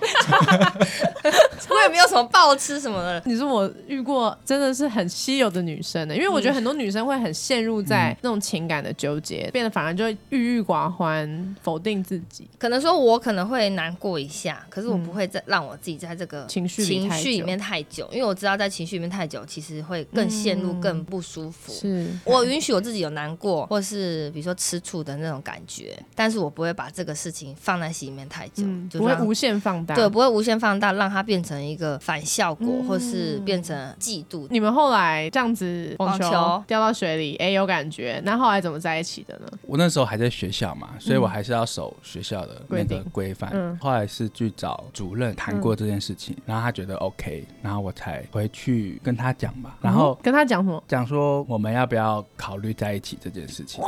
Speaker 4: 我也没有什么暴吃什么的，
Speaker 2: 你是我遇过真的是很稀有的女生欸呢、因为
Speaker 4: 嗯
Speaker 2: 我觉得很多女生会很陷入在那种情感的纠结，变得反而就郁郁寡欢，否定自己。
Speaker 4: 可能说我可能会难过一下，可是我不会再让我自己在这个
Speaker 2: 嗯情绪里
Speaker 4: 情
Speaker 2: 太久
Speaker 4: 绪里面太久，因为我知道在情绪里面太久，其实会更陷入、更不舒服。
Speaker 2: 嗯是
Speaker 4: 我允许我自己有难过，或是比如说吃醋的那种感觉，但是我不会把这个事情放在心里面太久，
Speaker 2: 嗯，
Speaker 4: 就
Speaker 2: 不会
Speaker 4: 让
Speaker 2: 无限放大。
Speaker 4: 对，不会无限放大，让它变成一个反效果，或是变成嫉妒。
Speaker 2: 你们后来这样子网
Speaker 4: 网
Speaker 2: 球
Speaker 4: 球
Speaker 2: 掉到水里，哎、有感觉。那后来怎么在一起的呢？
Speaker 3: 我那时候还在学校嘛，所以我还是要守学校的那个规范。
Speaker 2: 嗯
Speaker 3: 后来是去找主任谈过这件事情，然后他觉得 OK，然后我才回去跟他讲嘛，然后
Speaker 2: 嗯跟他讲什么？
Speaker 3: 讲说我们要不要考虑在一起这件事情。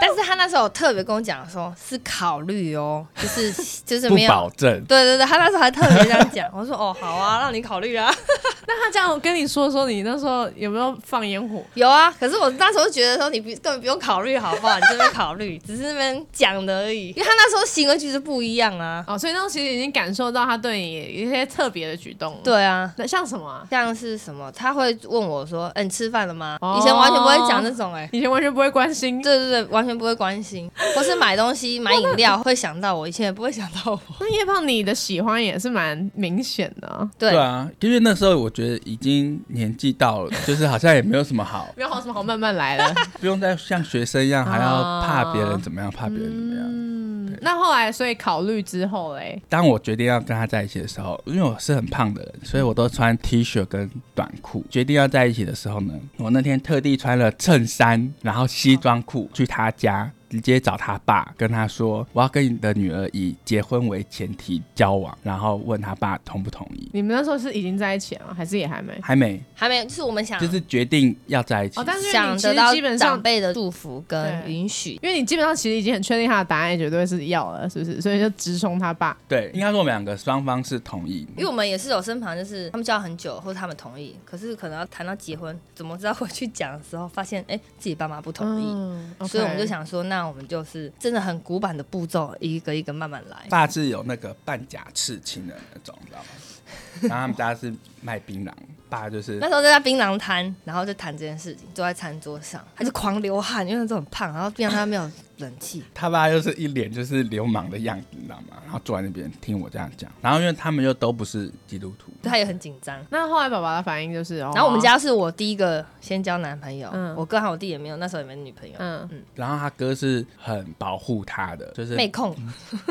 Speaker 4: 但是他那时候特别跟我讲说，是考虑哦，就是就是
Speaker 3: 不
Speaker 4: 没有。
Speaker 3: 保证，
Speaker 4: 对对对，他那时候还特别这样讲，我说哦好啊，让你考虑啊。
Speaker 2: 那他这样跟你说的时候，你那时候有没有放烟火？
Speaker 4: 有啊，可是我那时候觉得说你不根本不用考虑好不好，你这边考虑，只是那边讲的而已。 因为他那时候行为举止不一样啊，
Speaker 2: 哦，所以那时候其实已经感受到他对你一些特别的举动了。，
Speaker 4: 对啊，
Speaker 2: 那像什么、啊？
Speaker 4: 像是什么，他会问我说：“哎、你吃饭了吗？”
Speaker 2: 哦
Speaker 4: 以前完全不会讲这种哎、
Speaker 2: 以前完全不会关心。
Speaker 4: 对对对，完全不会关心， 或是买东西、买饮料 会想到我，以前也不会想到我。
Speaker 2: 那叶胖，你的喜欢也是蛮明显的、啊，
Speaker 4: 对，
Speaker 3: 啊，因为那时候我觉得已经年纪到了，就是好像也没有什么好，
Speaker 2: 没有好什么好慢慢来了。
Speaker 3: 不用再像学生一样还要怕别人怎么样，怕别人怎么样。
Speaker 2: 嗯， 那后来所以考虑之后嘞，
Speaker 3: 当我决定要跟他在一起的时候，因为我是很胖的人，所以我都穿 T 恤跟短裤。决定要在一起的时候呢，我那天特地穿了衬衫，然后西装裤去他家。直接找他爸，跟他说我要跟你的女儿以结婚为前提交往，然后问他爸同不同意。
Speaker 2: 你们那时候是已经在一起了吗？还是也还没？
Speaker 3: 还没，
Speaker 4: 还没有，就是我们想
Speaker 3: 就是决定要在一起。
Speaker 2: 哦，但是你
Speaker 4: 想
Speaker 2: 其
Speaker 4: 得
Speaker 2: 实
Speaker 4: 到
Speaker 2: 基本
Speaker 4: 长
Speaker 2: 上，
Speaker 4: 辈的祝福跟
Speaker 2: 对
Speaker 4: 允许，
Speaker 2: 因为你基本上其实已经很确定他的答案，也绝对是要了，是不是？所以就直冲他爸。
Speaker 3: 对，应该说我们两个双方是同意。
Speaker 4: 因为我们也是有身旁就是他们交往很久，或者他们同意，可是可能要谈到结婚，怎么知道回去讲的时候发现，哎、自己爸妈不同意。
Speaker 2: 嗯，OK
Speaker 4: 所以我们就，想说，那我们就是真的很古板的步骤，一个一个慢慢来。
Speaker 3: 大致有那个半假刺青的那种，你知道吗？然后他们家是卖槟榔，爸就是
Speaker 4: 那时候就在槟榔摊，然后就谈这件事情，坐在餐桌上，他就狂流汗，因为那时候很胖，然后槟榔摊没有冷气，
Speaker 3: 他爸就是一脸就是流氓的样子，你知道吗？然后坐在那边听我这样讲，然后因为他们又都不是基督徒，
Speaker 4: 他也很紧张。
Speaker 2: 那后来爸爸的反应就是，哦然
Speaker 4: 然后我们，家是我第一个先交男朋友，
Speaker 2: 嗯
Speaker 4: 我哥和我弟也没有，那时候也没女朋友，
Speaker 2: 嗯，
Speaker 3: 然后他哥是很保护他的，就是
Speaker 4: 妹控，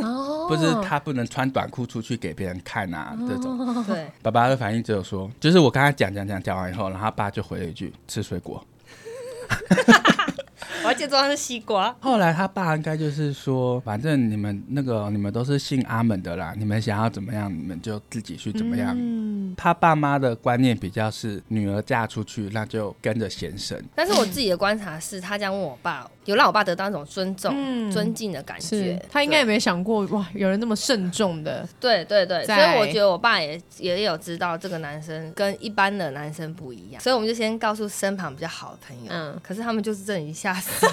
Speaker 2: 哦
Speaker 3: 不是他不能穿短裤出去给别人看啊这种。
Speaker 4: 对，
Speaker 3: 爸爸的反应只有说，就是我跟他讲讲讲讲完以后，然后他爸就回了一句吃水果。
Speaker 4: 我还记得桌上是西瓜，
Speaker 3: 后来他爸应该就是说，反正你们那个你们都是信阿门的啦，你们想要怎么样你们就自己去怎么样。
Speaker 2: 嗯，
Speaker 3: 他爸妈的观念比较是女儿嫁出去，那就跟着先生。
Speaker 4: 但是我自己的观察是，他这样问我 爸，有让我爸得到一种尊重、
Speaker 2: 嗯
Speaker 4: 尊敬的感
Speaker 2: 是
Speaker 4: 觉。
Speaker 2: 他应该也没想过哇，有人那么慎重的，
Speaker 4: 对对对，所
Speaker 2: 在
Speaker 4: 以我觉得我爸也也有知道这个男生跟一般的男生不一样，所以我们就先告诉身旁比较好的朋友。
Speaker 2: 嗯
Speaker 4: 可是他们就是真的已经吓死 了，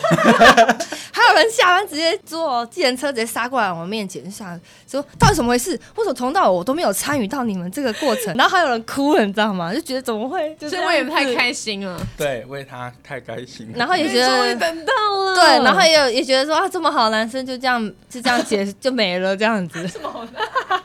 Speaker 4: 还有人下班直接坐计程车直接杀过来我们面前，就想说到底怎么回事？为什么从头到尾我都没有参与到你们这个过 程？然后还有人哭了，你知道吗？就觉得怎么会？就
Speaker 2: 所
Speaker 4: 这
Speaker 2: 以
Speaker 4: 样
Speaker 2: 我也不太
Speaker 4: 子
Speaker 2: 开心了。
Speaker 3: 对，为他太开心了。
Speaker 4: 然后也觉得
Speaker 2: 哎终于等到了，
Speaker 4: 对，然后也有也觉得说啊，这么好的男生就这样就这样结就没了这 样子，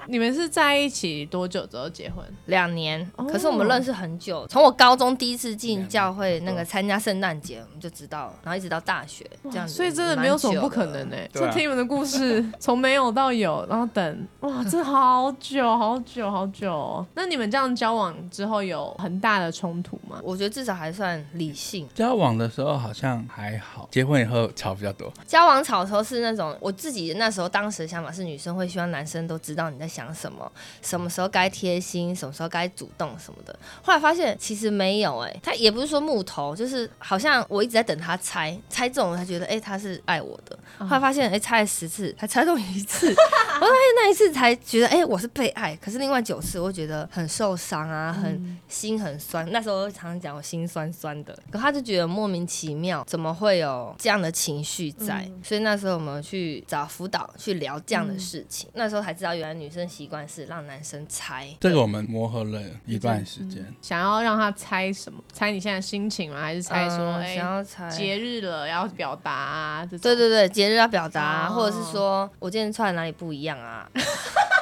Speaker 2: 你们是在一起多久之后结婚？
Speaker 4: 两年。
Speaker 2: 哦
Speaker 4: 可是我们认识很久，从我高中第一次进教会那个参加圣诞节，我们就知道了，然后一直到大学这样子，
Speaker 2: 所以真的没有什么不可能欸
Speaker 4: 的。
Speaker 2: 呢、
Speaker 3: 对
Speaker 2: 就
Speaker 3: 啊
Speaker 2: 听你们的故事，从没有到有，然后等，哇，真的好久好久好久哦、那你们这样交往之后有很大的冲突吗？
Speaker 4: 我觉得至少还算理性。
Speaker 3: 交往的时候好像还好，结婚以后吵比较多。
Speaker 4: 交往吵的时候是那种，我自己那时候当时的想法是，女生会希望男生都知道你在想什么，什么时候该贴心，什么时候该主动什么的。后来发现其实没有、哎，他也不是说木头，就是好像我一直在等他猜，猜中了才觉得，哎、他是爱我的。后来发现，哎、猜了十次才猜中一次，我发现那一次才觉得，哎、我是被爱。可是另外九次，我觉得很受伤啊，很、心很酸，那时候常常讲我心酸酸的，可他就觉得莫名其妙，怎么会有这样的情绪在？所以那时候我们去找辅导去聊这样的事情，那时候才知道原来女生习惯是让男生猜。
Speaker 3: 这个我们磨合了一段时间，
Speaker 4: 嗯
Speaker 2: 想要让他猜什么？猜你现在心情吗？还是猜说，
Speaker 4: 嗯
Speaker 2: 哎、
Speaker 4: 想要猜。
Speaker 2: 节日了要表达、啊、这种？
Speaker 4: 对对对，节日要表达、啊
Speaker 2: 哦
Speaker 4: 或者是说我今天穿的哪里不一样 啊？他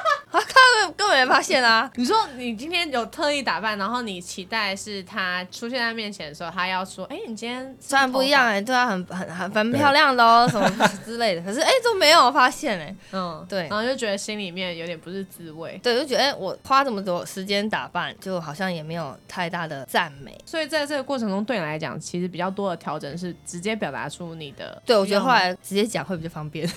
Speaker 4: 根本根本没发现啊！
Speaker 2: 你说你今天有特意打扮，然后你期待是他出现在面前的时候，他要说：“哎、你今天是是
Speaker 4: 虽然不一样哎、对啊，很很很蛮漂亮 的哦，什么之类的。可是哎、都没有发现哎、
Speaker 2: 头发，嗯，
Speaker 4: 对
Speaker 2: 然后就觉得心里面有点不是滋味。
Speaker 4: 对，就觉得哎、我花这么多时间打扮，就好像也没有太大的赞美。
Speaker 2: 所以在这个过程中，对你来讲，其实比较多的调整是直接表达出你的。
Speaker 4: 对，我觉得后来直接讲会比较 方便，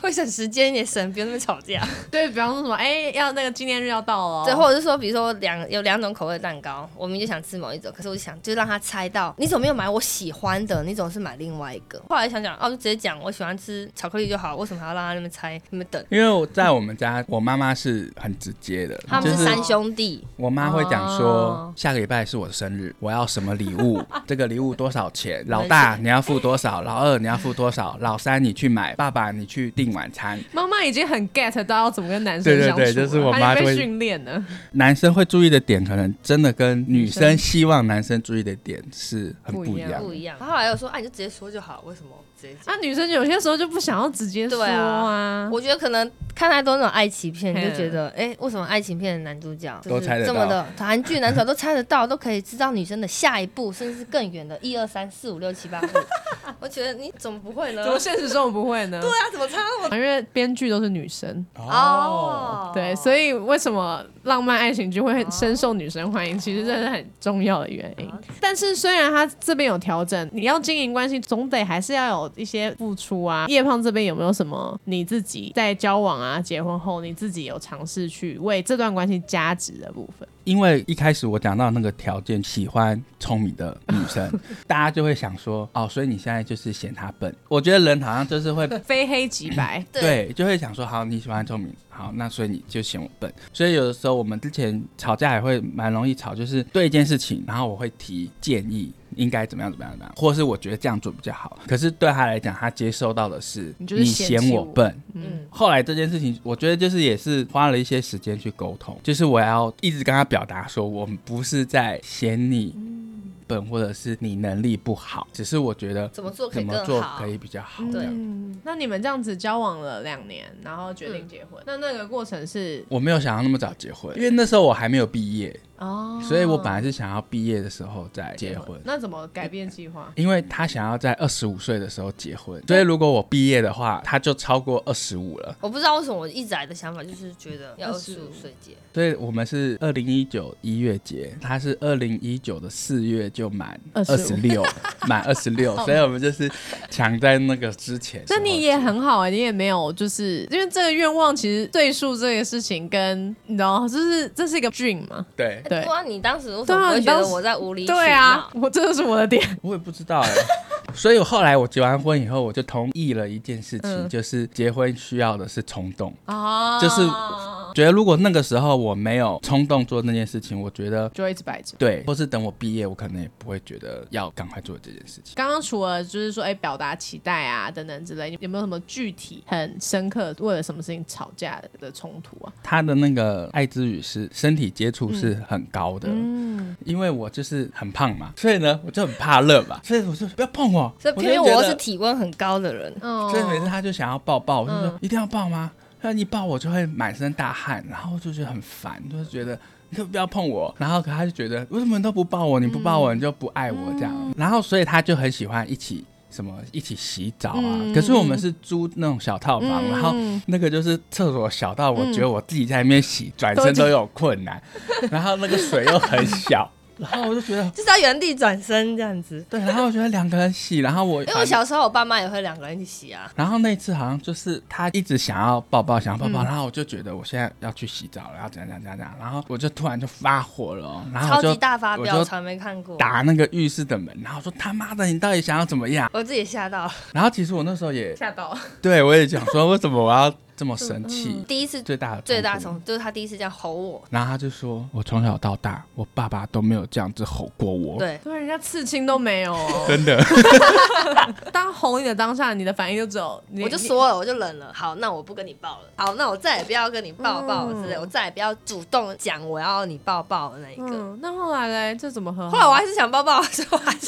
Speaker 4: 会省时间也省，不用那么吵架。
Speaker 2: 对，比方说什么，哎、要那个纪念日要到了哦，
Speaker 4: 对，或者是说，比如说两有两种口味的蛋糕，我明明就想吃某一种，可是我就想就让他猜到，你怎么没有买我喜欢的，你总是买另外一个。后来想想，哦，就直接讲我喜欢吃巧克力就好，为什么还要让他那么猜那么等？
Speaker 3: 因为我在我们家，我妈妈是很直接的，
Speaker 4: 他
Speaker 3: 就
Speaker 4: 们是
Speaker 3: 是
Speaker 4: 三兄弟，
Speaker 3: 我妈会讲说，
Speaker 2: 哦
Speaker 3: 下个礼拜是我的生日，我要什么礼 物，这个礼物多少钱，老大你要付多少，老二你要付多少，老三你去买，爸爸你去订晚餐。
Speaker 2: 妈妈已经很 get 到要怎么跟男生
Speaker 3: 对对
Speaker 2: 相处了，
Speaker 3: 对就是我
Speaker 2: 她
Speaker 3: 妈
Speaker 2: 已经
Speaker 3: 就
Speaker 2: 被
Speaker 3: 会
Speaker 2: 训练了。
Speaker 3: 男生会注意的点，可能真的跟女
Speaker 2: 女生
Speaker 3: 生希望男生注意的点是很
Speaker 2: 不一
Speaker 3: 不一
Speaker 2: 样
Speaker 3: 样
Speaker 4: 不。一样。他后来又说，哎、你就直接说就好，为什么直接讲？
Speaker 2: 啊，女生有些时候就不想要直接说
Speaker 4: 对
Speaker 2: 啊，
Speaker 4: 我觉得可能看太多那种爱情片，你就
Speaker 2: 嗯
Speaker 4: 觉得，哎、为什么爱情片的男主角
Speaker 3: 都
Speaker 4: 就是
Speaker 3: 猜得
Speaker 4: 这么
Speaker 3: 到
Speaker 4: 的韩剧男主角都猜得到，都可以知道女生的下一步，甚至是更远的一二三四五六七 八五。我觉得你怎么不会呢？
Speaker 2: 怎么现实中我不会呢？对
Speaker 4: 对啊，怎么猜那么
Speaker 2: 因为编剧都是女生，
Speaker 4: 哦？
Speaker 2: 对，所以为什么浪漫爱情剧会深受女生欢迎，其实这是很重要的原因。但是虽然他这边有调整，你要经营关系，总得还是要有一些付出啊。叶胖这边有没有什么你自己在交往啊、结婚后，你自己有尝试去为这段关系加值的部分？
Speaker 3: 因为一开始我讲到那个条件，喜欢聪明的女生， 大家就会想说，哦，所以你现在就是嫌她笨。我觉得人好像就是会
Speaker 2: 非黑即白，
Speaker 4: 对，
Speaker 3: 对，就会想说，好，你喜欢聪明，好，那所以你就嫌我笨。所以有的时候我们之前吵架也会蛮容易吵，就是对一件事情，然后我会提建议。应该怎么样怎么样怎么样，或是我觉得这样做比较好。可是对他来讲，他接收到的是
Speaker 2: 你就是嫌
Speaker 3: 嫌
Speaker 2: 弃
Speaker 3: 我
Speaker 2: 我
Speaker 3: 笨。
Speaker 4: 嗯，
Speaker 3: 后来这件事情，我觉得就是也是花了一些时间去沟通，就是我要一直跟他表达说，我们不是在嫌你
Speaker 4: 嗯
Speaker 3: 笨，或者是你能力不好，只是我觉得
Speaker 4: 怎么做可
Speaker 3: 怎
Speaker 4: 以
Speaker 3: 么
Speaker 4: 更
Speaker 3: 做
Speaker 4: 好？
Speaker 3: 可以比较好。
Speaker 4: 对
Speaker 3: 这样
Speaker 2: 嗯，那你们这样子交往了两年，然后决定结婚，那那个过程是
Speaker 3: 我没有想要那么早结婚，因为那时候我还没有毕业，
Speaker 2: 哦，
Speaker 3: 所以我本来是想要毕业的时候再结婚。
Speaker 2: 那怎么改变计划？
Speaker 3: 因为他想要在二十五岁的时候结婚，所以如果我毕业的话，他就超过二十五了。
Speaker 4: 我不知道为什么我一直来的想法就是觉得要二
Speaker 2: 25
Speaker 4: 十五岁结，
Speaker 3: 所以我们是二零一九一月结，他是二零一九的四月就满二十
Speaker 2: 25
Speaker 3: 六， 满二十六，所以我们就是抢在那个之前。哦
Speaker 2: 那你也很好哎、你也没有就是因为这个愿望，其实对数这个事情跟你知道，就是这是一个 dream 嘛。
Speaker 3: 对，
Speaker 2: 对
Speaker 4: 哇，哎你当时为什
Speaker 2: 对啊
Speaker 4: 么会
Speaker 2: 你
Speaker 4: 觉
Speaker 2: 当
Speaker 4: 得
Speaker 2: 时
Speaker 4: 我在无理取
Speaker 2: 对啊
Speaker 4: 闹，？
Speaker 2: 我这就是我的点。
Speaker 3: 我也不知道哎、所以我后来我结完婚以后，我就同意了一件事情，
Speaker 2: 嗯
Speaker 3: 就是结婚需要的是冲动。
Speaker 2: 哦
Speaker 3: 就是觉得如果那个时候我没有冲动做那件事情，我觉得
Speaker 2: 就会一直摆着。
Speaker 3: 对，或是等我毕业，我可能也不会觉得要赶快做这件事情。
Speaker 2: 刚刚除了就是说，哎、表达期待啊等等之类，你有没有什么具体很深刻为了什么事情吵架的的冲突啊？
Speaker 3: 他的那个爱之语是身体接触是很高的，
Speaker 2: 嗯，
Speaker 3: 因为我就是很胖嘛，所以呢我就很怕热嘛，所以我就不要碰我。
Speaker 4: 所以偏偏
Speaker 3: 就觉
Speaker 4: 我
Speaker 3: 得
Speaker 4: 是体温很高的人，
Speaker 2: 哦
Speaker 3: 所以每次他就想要抱抱，我就说、
Speaker 2: 嗯
Speaker 3: 一定要抱吗？他一抱我就会满身大汗，然后就觉得很烦，就是觉得你可不可以不要碰我。然后可他就觉得为什么你都不抱我，你不抱
Speaker 2: 嗯
Speaker 3: 我你就不爱我这样。然后所以他就很喜欢一起什么一起洗澡啊。
Speaker 2: 嗯
Speaker 3: 可是我们是租那种小套房，
Speaker 2: 嗯
Speaker 3: 然后那个就是厕所小到我觉得我自己在那边洗，转
Speaker 2: 都
Speaker 3: 身
Speaker 2: 觉
Speaker 3: 都有 困难，然后那个水又很小，然后我就觉得。
Speaker 4: 就是要原地转身这样子。
Speaker 3: 对，然后我觉得两个人洗，然后我
Speaker 4: 因为
Speaker 3: 反
Speaker 4: 我小时候我爸妈也会两个人一起洗啊，
Speaker 3: 然后那次好像就是他一直想要抱抱，想要抱抱，然后我就觉得我现在要去洗澡了，要怎样怎样怎样怎样，然后我就突然就发火了哦，然后
Speaker 4: 超
Speaker 3: 我就
Speaker 4: 级大发
Speaker 3: 我
Speaker 4: 飙，
Speaker 3: 就
Speaker 4: 从来没看过，
Speaker 3: 打那个浴室的门，然后我说他妈的，你到底想要怎么样？
Speaker 4: 我自己吓到。
Speaker 3: 然后其实我那时候也
Speaker 2: 吓到，
Speaker 3: 对我也想说，为什么我要这么生气？
Speaker 4: 第一次
Speaker 3: 最大的
Speaker 4: 最大
Speaker 3: 冲突
Speaker 4: 从就是他第一次这样吼我，
Speaker 3: 嗯然后他就说，我从小到大，我爸爸都没有这样子吼过我。，
Speaker 4: 对，
Speaker 2: 对，人家刺青都没有、 哦。
Speaker 3: 真的。
Speaker 2: 当吼你的当下，你的反应就只有你
Speaker 4: 我就
Speaker 2: 你
Speaker 4: 说了，我就忍了，好，那我不跟你抱了，好，那我再也不要跟你抱抱
Speaker 2: 嗯
Speaker 4: 之类，我再也不要主动讲我要你抱抱的那一个。
Speaker 2: 嗯，那后来嘞，这怎么和好？
Speaker 4: 后来我还是想抱抱，所以我还是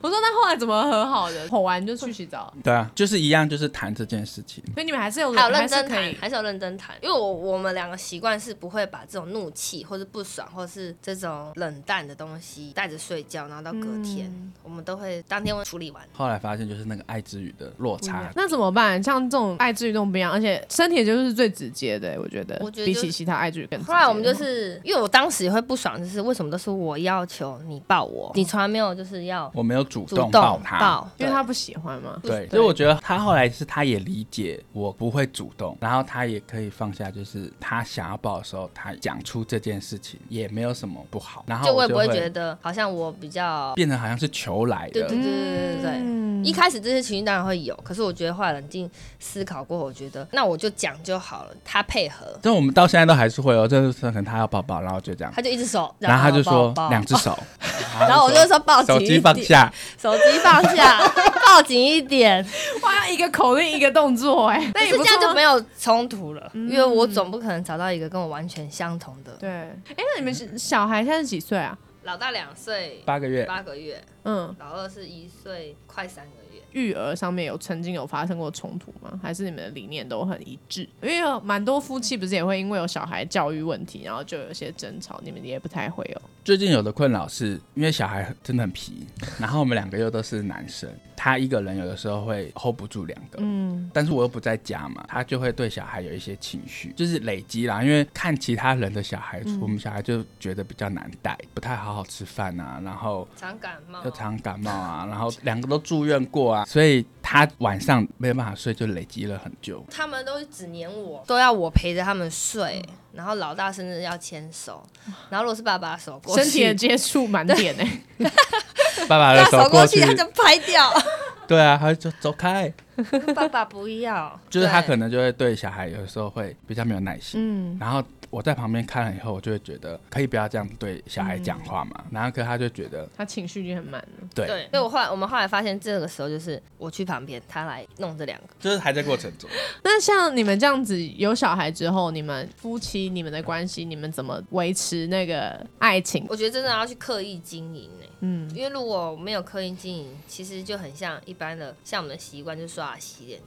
Speaker 2: 我说那后来怎么和好的？吼完就去洗澡，
Speaker 3: 对啊，就是一样，就是谈这件事情。
Speaker 2: 所以你们还是有
Speaker 4: 还有
Speaker 2: 还
Speaker 4: 认
Speaker 2: 是
Speaker 4: 真
Speaker 2: 可
Speaker 4: 谈，
Speaker 2: 以。
Speaker 4: 还是有认真谈，因为我我们两个习惯是不会把这种怒气或是不爽或是这种冷淡的东西带着睡觉，然后到隔
Speaker 2: 嗯
Speaker 4: 天，我们都会当天会处理完。
Speaker 3: 后来发现就是那个爱之语的落差，
Speaker 2: 那怎么办？像这种爱之语这种不一样，而且身体就是最直接的，我觉得。
Speaker 4: 我觉得
Speaker 2: 比
Speaker 4: 就
Speaker 2: 起其他爱之语更直接。
Speaker 4: 后来我们就是，因为我当时也会不爽，就是为什么都是我要求你抱我，你从来没有就是要
Speaker 3: 我没有主
Speaker 4: 主
Speaker 3: 动
Speaker 4: 动
Speaker 3: 抱他。
Speaker 2: 因为他不喜欢嘛。
Speaker 3: 对，
Speaker 4: 对
Speaker 3: 所以我觉得他后来是他也理解我不会主动，然后他也可以放下，就是他想要抱的时候，他讲出这件事情也没有什么不好，然后
Speaker 4: 就我也
Speaker 3: 就
Speaker 4: 不会觉得好像我比较
Speaker 3: 变成好像是求来
Speaker 4: 对对
Speaker 3: 的。
Speaker 4: 对对对对。
Speaker 2: 嗯
Speaker 4: 一开始这些情绪当然会有，可是我觉得后来冷静思考过后，我觉得那我就讲就好了，他配合，
Speaker 3: 但我们到现在都还是会哦，就是可能他要抱抱，然后就这样，
Speaker 4: 他就一只手，
Speaker 3: 然后他就说
Speaker 4: 抱抱
Speaker 3: 两只手，
Speaker 4: 然后我就说抱紧
Speaker 3: 手
Speaker 4: 一点，
Speaker 3: 机放下，
Speaker 4: 手机放下， 抱紧一点，
Speaker 2: 哇，一个口令一个动作，哎，
Speaker 4: 可
Speaker 2: 那也
Speaker 4: 是
Speaker 2: 不
Speaker 4: 这样
Speaker 2: 错
Speaker 4: 就
Speaker 2: 啊
Speaker 4: 没有冲突了，因为我总不可能找到一个跟我完全相同的。
Speaker 2: 对。哎，那你们是小孩现在是几岁啊？
Speaker 4: 老大两岁
Speaker 3: 八个月，
Speaker 4: 八个月，
Speaker 2: 嗯，
Speaker 4: 老二是一岁快三个月，
Speaker 2: 育儿上面有曾经有发生过冲突吗？还是你们的理念都很一致？因为有蛮多夫妻不是也会因为有小孩教育问题，然后就有一些争吵，你们也不太会有。
Speaker 3: 最近有的困扰是因为小孩真的很皮，然后我们两个又都是男生，他一个人有的时候会 hold 不住两个，
Speaker 2: 嗯，
Speaker 3: 但是我又不在家嘛，他就会对小孩有一些情绪，就是累积啦。因为看其他人的小孩，我们小孩就觉得比较难带，不太好好吃饭啊，然后
Speaker 4: 常感冒
Speaker 3: 又，常感冒啊，然后两个都住院过啊，所以他晚上没有办法睡，就累积了很久。
Speaker 4: 他们都只黏我，嗯都要我陪着他们睡，然后老大甚至要牵手，然后如果是爸爸手过去，
Speaker 2: 身体的接触满点哎、
Speaker 3: 爸爸
Speaker 4: 爸
Speaker 3: 的
Speaker 4: 爸
Speaker 3: 手
Speaker 4: 手过
Speaker 3: 去
Speaker 4: 去，他就拍掉，
Speaker 3: 对啊，他就走开，
Speaker 4: 爸爸不要，
Speaker 3: 就是他可
Speaker 4: 能
Speaker 3: 能就会对小孩有时候会比较没有耐心。
Speaker 2: 嗯，
Speaker 3: 然后我在旁边看了以后，我就会觉得可以不要这样对小孩讲话嘛。
Speaker 2: 嗯
Speaker 3: 然后可他就觉得
Speaker 2: 他情绪已经很满了。
Speaker 3: 对，
Speaker 4: 对，所以我后来我们后来发现，这个时候就是我去旁边，他来弄这两个，
Speaker 3: 就是还在过程中。
Speaker 2: 那像你们这样子有小孩之后，你们夫妻、你们的关系，你们怎么维持那个爱情？
Speaker 4: 我觉得真的要去刻意经营呢、
Speaker 2: 嗯，
Speaker 4: 因为如果没有刻意经营，其实就很像一般的，像我们的习惯，就刷牙洗脸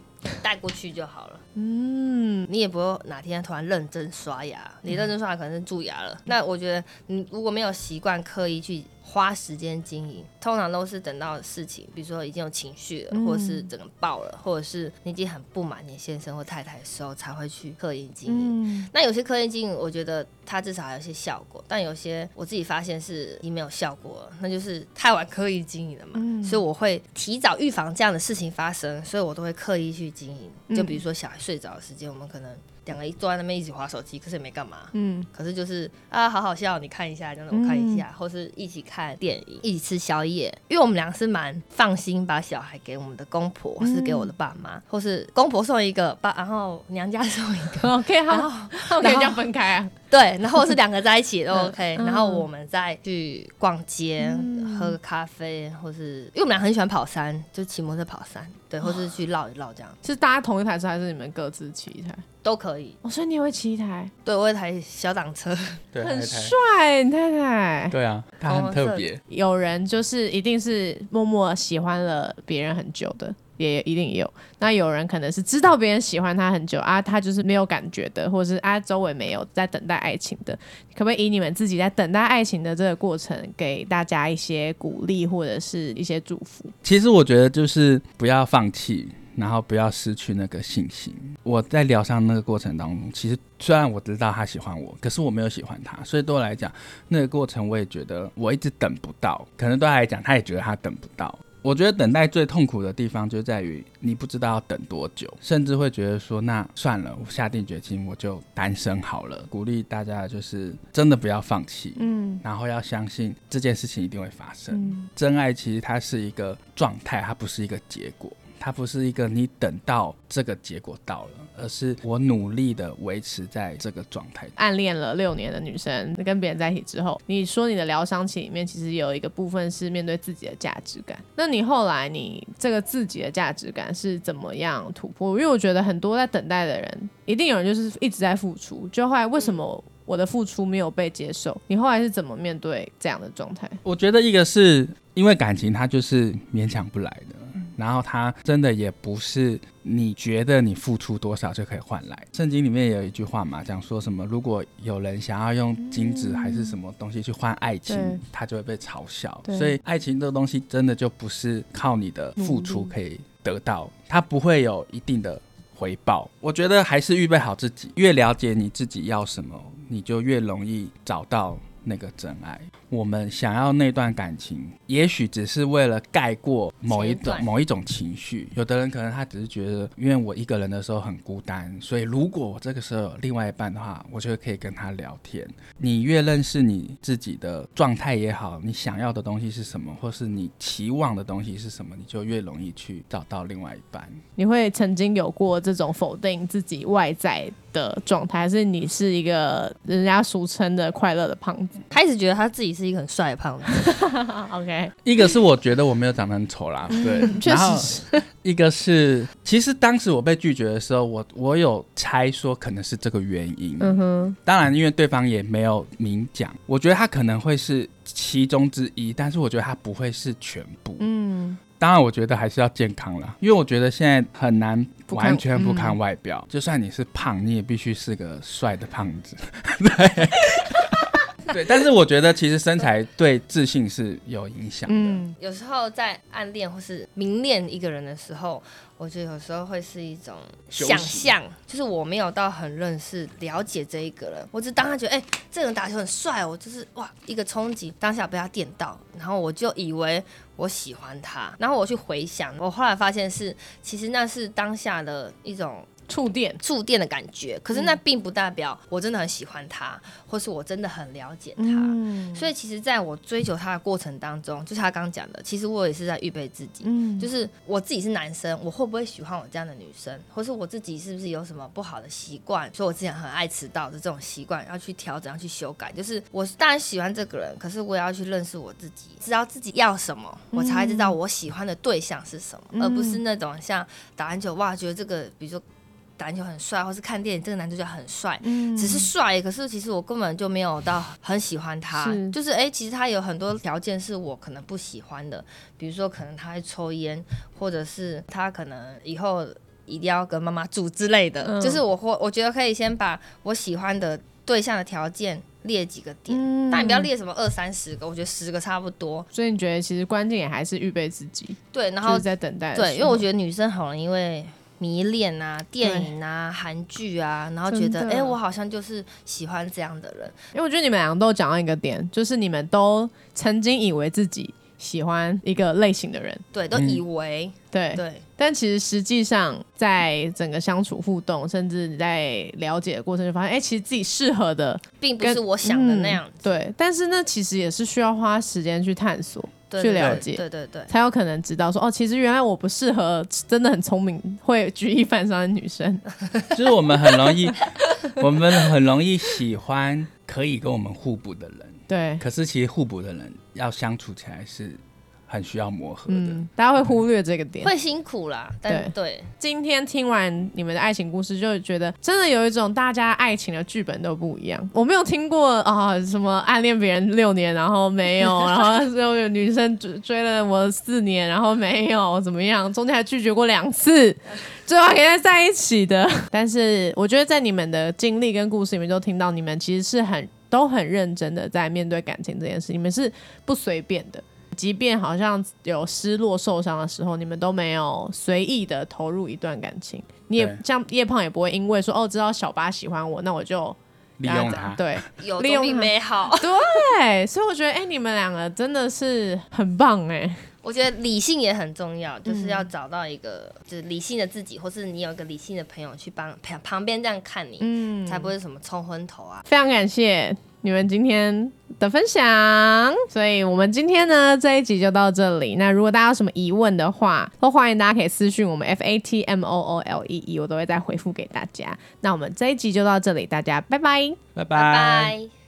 Speaker 4: 带过去就好了。嗯，你也不会哪天突然认真刷牙，你认真刷牙可能是蛀牙了。那我觉得你如果没有习惯刻意去花时间经营，通常都是等到事情，比如说已经有情绪了，或者是整个爆了，或者是你已经很不满你先生或太太的时候，才会去刻意经营。
Speaker 2: 嗯，
Speaker 4: 那有些科研经营，我觉得它至少还有一些效果，但有些我自己发现是已经没有效果了，那就是太晚刻意经营
Speaker 2: 嗯
Speaker 4: 了嘛。所以我会提早预防这样的事情发生，所以我都会刻意去经营。就比如说小孩睡着的时间，我们可能两个一坐在那边一起划手机，可是也没干嘛。
Speaker 2: 嗯，
Speaker 4: 可是就是啊，好好笑，你看一下，这样子我看一下，或是一起看电影，一起吃宵夜，因为我们俩是蛮放心把小孩给我们的公婆，或是给我的爸妈，或是公婆送一个，爸然后娘家送一个，
Speaker 2: 哦，可以
Speaker 4: 然
Speaker 2: 好，
Speaker 4: 后
Speaker 2: 那我可以这样分开啊。
Speaker 4: 对，然后是两个在一起 也都
Speaker 2: 嗯
Speaker 4: OK，、
Speaker 2: 嗯
Speaker 4: 然后我们再去逛街、喝个咖啡，或是因为我们俩很喜欢跑山，就骑摩托车跑山，对， 或是去绕一绕这样
Speaker 2: 是大家同一台车，还是你们各自骑一台？
Speaker 4: 都可以。
Speaker 2: 哦，所以你也会骑一台，
Speaker 4: 对我有一台小挡车，
Speaker 3: 对，
Speaker 2: 很
Speaker 3: 还在
Speaker 2: 帅，你太太。
Speaker 3: 对啊，他很特别。
Speaker 2: 有人就是一定是默默喜欢了别人很久的，也一定也有。那有人可能是知道别人喜欢他很久啊，他就是没有感觉的，或者是啊周围没有在等待爱情的。可不可以以你们自己在等待爱情的这个过程，给大家一些鼓励或者是一些祝福？
Speaker 3: 其实我觉得就是不要放弃，然后不要失去那个信心。我在疗伤那个过程当中，其实虽然我知道他喜欢我，可是我没有喜欢他，所以对我来讲，那个过程我也觉得我一直等不到，可能对他来讲，他也觉得他等不到。我觉得等待最痛苦的地方就在于你不知道要等多久，甚至会觉得说那算了，我下定决心我就单身好了。鼓励大家就是真的不要放弃，
Speaker 2: 嗯
Speaker 3: 然后要相信这件事情一定会发生。
Speaker 2: 嗯
Speaker 3: 真爱其实它是一个状态，它不是一个结果，它不是一个你等到这个结果到了，而是我努力的维持在这个状态。
Speaker 2: 暗恋了六年的女生跟别人在一起之后，你说你的疗伤期里面其实有一个部分是面对自己的价值感。那你后来你这个自己的价值感是怎么样突破？因为我觉得很多在等待的人，一定有人就是一直在付出，就后来为什么我的付出没有被接受？你后来是怎么面对这样的状态？
Speaker 3: 我觉得一个是因为感情，它就是勉强不来的，
Speaker 2: 嗯
Speaker 3: 然后它真的也不是你觉得你付出多少就可以换来。圣经里面也有一句话嘛，讲说什么如果有人想要用金子还是什么东西去换爱情
Speaker 2: 对，
Speaker 3: 他就会被嘲笑。
Speaker 2: 对
Speaker 3: 所以爱情这个东西真的就不是靠你的付
Speaker 2: 努
Speaker 3: 出
Speaker 2: 力
Speaker 3: 可以得到，它不会有一定的回报。我觉得还是预备好自己，越了解你自己要什么，你就越容易找到那个真爱。我们想要那段感情，也许只是为了盖过某一
Speaker 4: 前一
Speaker 3: 种
Speaker 4: 段
Speaker 3: 某一种情绪。有的人可能他只是觉得，因为我一个人的时候很孤单，所以如果我这个时候有另外一半的话，我就可以跟他聊天。你越认识你自己的状态也好，你想要的东西是什么，或是你期望的东西是什么，你就越容易去找到另外一半。
Speaker 2: 你会曾经有过这种否定自己外在的状态，还是你是一个人家俗称的快乐的胖 子 嗯
Speaker 4: 他一直觉得他自己是一个很帅的胖子，
Speaker 2: ？OK，
Speaker 3: 一个是我觉得我没有长得很丑啦，对，
Speaker 2: 嗯确
Speaker 3: 然后
Speaker 2: 实是。
Speaker 3: 一个是，其实当时我被拒绝的时候，我我有猜说可能是这个原因，
Speaker 2: 嗯哼。
Speaker 3: 当然因为对方也没有明讲，我觉得他可能会是其中之一，但是我觉得他不会是全部。
Speaker 2: 嗯，
Speaker 3: 当然，我觉得还是要健康啦，因为我觉得现在很难
Speaker 2: 不看
Speaker 3: 完全不看
Speaker 2: 嗯
Speaker 3: 外表，就算你是胖，你也必须是个帅的胖子。 对，对，但是我觉得其实身材对自信是有影响的。
Speaker 2: 嗯，
Speaker 4: 有时候在暗恋或是明恋一个人的时候，我觉得有时候会是一种
Speaker 3: 休息
Speaker 4: 想象，就是我没有到很认识、了解这一个人，我只当他觉得哎、这个人打球很帅，哦我就是哇一个冲击，当下被他电到，然后我就以为我喜欢他，然后我去回想，我后来发现是其实那是当下的一种
Speaker 2: 触电，嗯
Speaker 4: 触电的感觉，可是那并不代表我真的很喜欢他，或是我真的很了解他。
Speaker 2: 嗯，
Speaker 4: 所以其实在我追求他的过程当中，就是他刚刚讲的，其实我也是在预备自己。
Speaker 2: 嗯，
Speaker 4: 就是是我自己是男生，我会不会喜欢我这样的女生，或是我自己是不是有什么不好的习惯？所以我之前很爱迟到的这种习惯，要去调整，要去修改。就是我当然喜欢这个人，可是我也要去认识我自己，知道自己要什么，我才知道我喜欢的对象是什么，
Speaker 2: 嗯
Speaker 4: 而不是那种像打篮球哇，觉得这个比如说打篮球很帅，或是看电影这个男主角很帅，
Speaker 2: 嗯
Speaker 4: 只是帅，可是其实我根本就没有到很喜欢他，
Speaker 2: 是
Speaker 4: 就是哎、诶其实他有很多条件是我可能不喜欢的，比如说可能他会抽烟，或者是他可能以后一定要跟妈妈住之类的，
Speaker 2: 嗯
Speaker 4: 就是我或我觉得可以先把我喜欢的对象的条件列几个点，
Speaker 2: 嗯
Speaker 4: 但你不要。列什么二三十个，我觉得十个差不多，
Speaker 2: 所以你觉得其实关键也还是预备自己，
Speaker 4: 对，然
Speaker 2: 就
Speaker 4: 后
Speaker 2: 是在等待的时候。
Speaker 4: 对，因为我觉得女生好容易因为迷恋啊、电影啊、韩剧啊，然后觉得
Speaker 2: 真
Speaker 4: 哎、
Speaker 2: 的
Speaker 4: 诶我好像就是喜欢这样的人。
Speaker 2: 因为我觉得你们两个都有讲到一个点，就是你们都曾经以为自己喜欢一个类型的人，
Speaker 4: 对，都
Speaker 3: 嗯
Speaker 4: 以为、
Speaker 2: 对，
Speaker 4: 对，
Speaker 2: 但其实实际上在整个相处互动，甚至你在了解的过程，就发现，哎、其实自己适合的
Speaker 4: 并不
Speaker 2: 跟
Speaker 4: 是我想的那样
Speaker 2: 嗯，对，但是那其实也是需要花时间去探索，
Speaker 4: 对
Speaker 2: 去
Speaker 4: 对
Speaker 2: 了
Speaker 4: 对
Speaker 2: 解
Speaker 4: 对对对。
Speaker 2: 才有可能知道说，哦，其实原来我不适合真的很聪明、会举一反三的女 生。
Speaker 3: 就是我们很容易， 我们很容易喜欢可以跟我们互补的人，
Speaker 2: 对，
Speaker 3: 可是其实互补的人要相处起来是很需要磨合的。
Speaker 2: 嗯，大家会忽略这个点。
Speaker 4: 会辛苦啦，但对
Speaker 2: 今天听完你们的爱情故事，就觉得真的有一种大家爱情的剧本都不一样。我没有听过啊、什么暗恋别人六年，然后没 有，然后又有女生追追了我四年，然后没有怎么样，中间还拒绝过两次，最后还跟他在一起的。 但是我觉得在你们的经历跟故事里面，都听到你们其实是很都很认真的在面对感情这件事，你们是不随便的。即便好像有失落、受伤的时候，你们都没有随意的投入一段感情。你也
Speaker 3: 对
Speaker 2: 像叶胖也不会因为说哦，知道小八喜欢我，那我就
Speaker 3: 利用
Speaker 2: 跟
Speaker 3: 他，
Speaker 2: 对
Speaker 4: 有
Speaker 2: 利用
Speaker 4: 总比
Speaker 2: 它
Speaker 4: 美好。
Speaker 2: 对，所以我觉得哎、你们两个真的是很棒哎、
Speaker 4: 我觉得理性也很重要，
Speaker 2: 嗯
Speaker 4: 就是要找到一个就是理性的自己，或是你有一个理性的朋友去帮旁旁边这样看你，
Speaker 2: 嗯，
Speaker 4: 才不会什么冲昏头啊。
Speaker 2: 非常感谢你们今天的分享，所以我们今天呢这一集就到这里。那如果大家有什么疑问的话，都欢迎大家可以私讯我们 F A T M O O L E E，我都会再回复给大家。那我们这一集就到这里，大家拜拜。
Speaker 3: 拜
Speaker 4: 拜拜。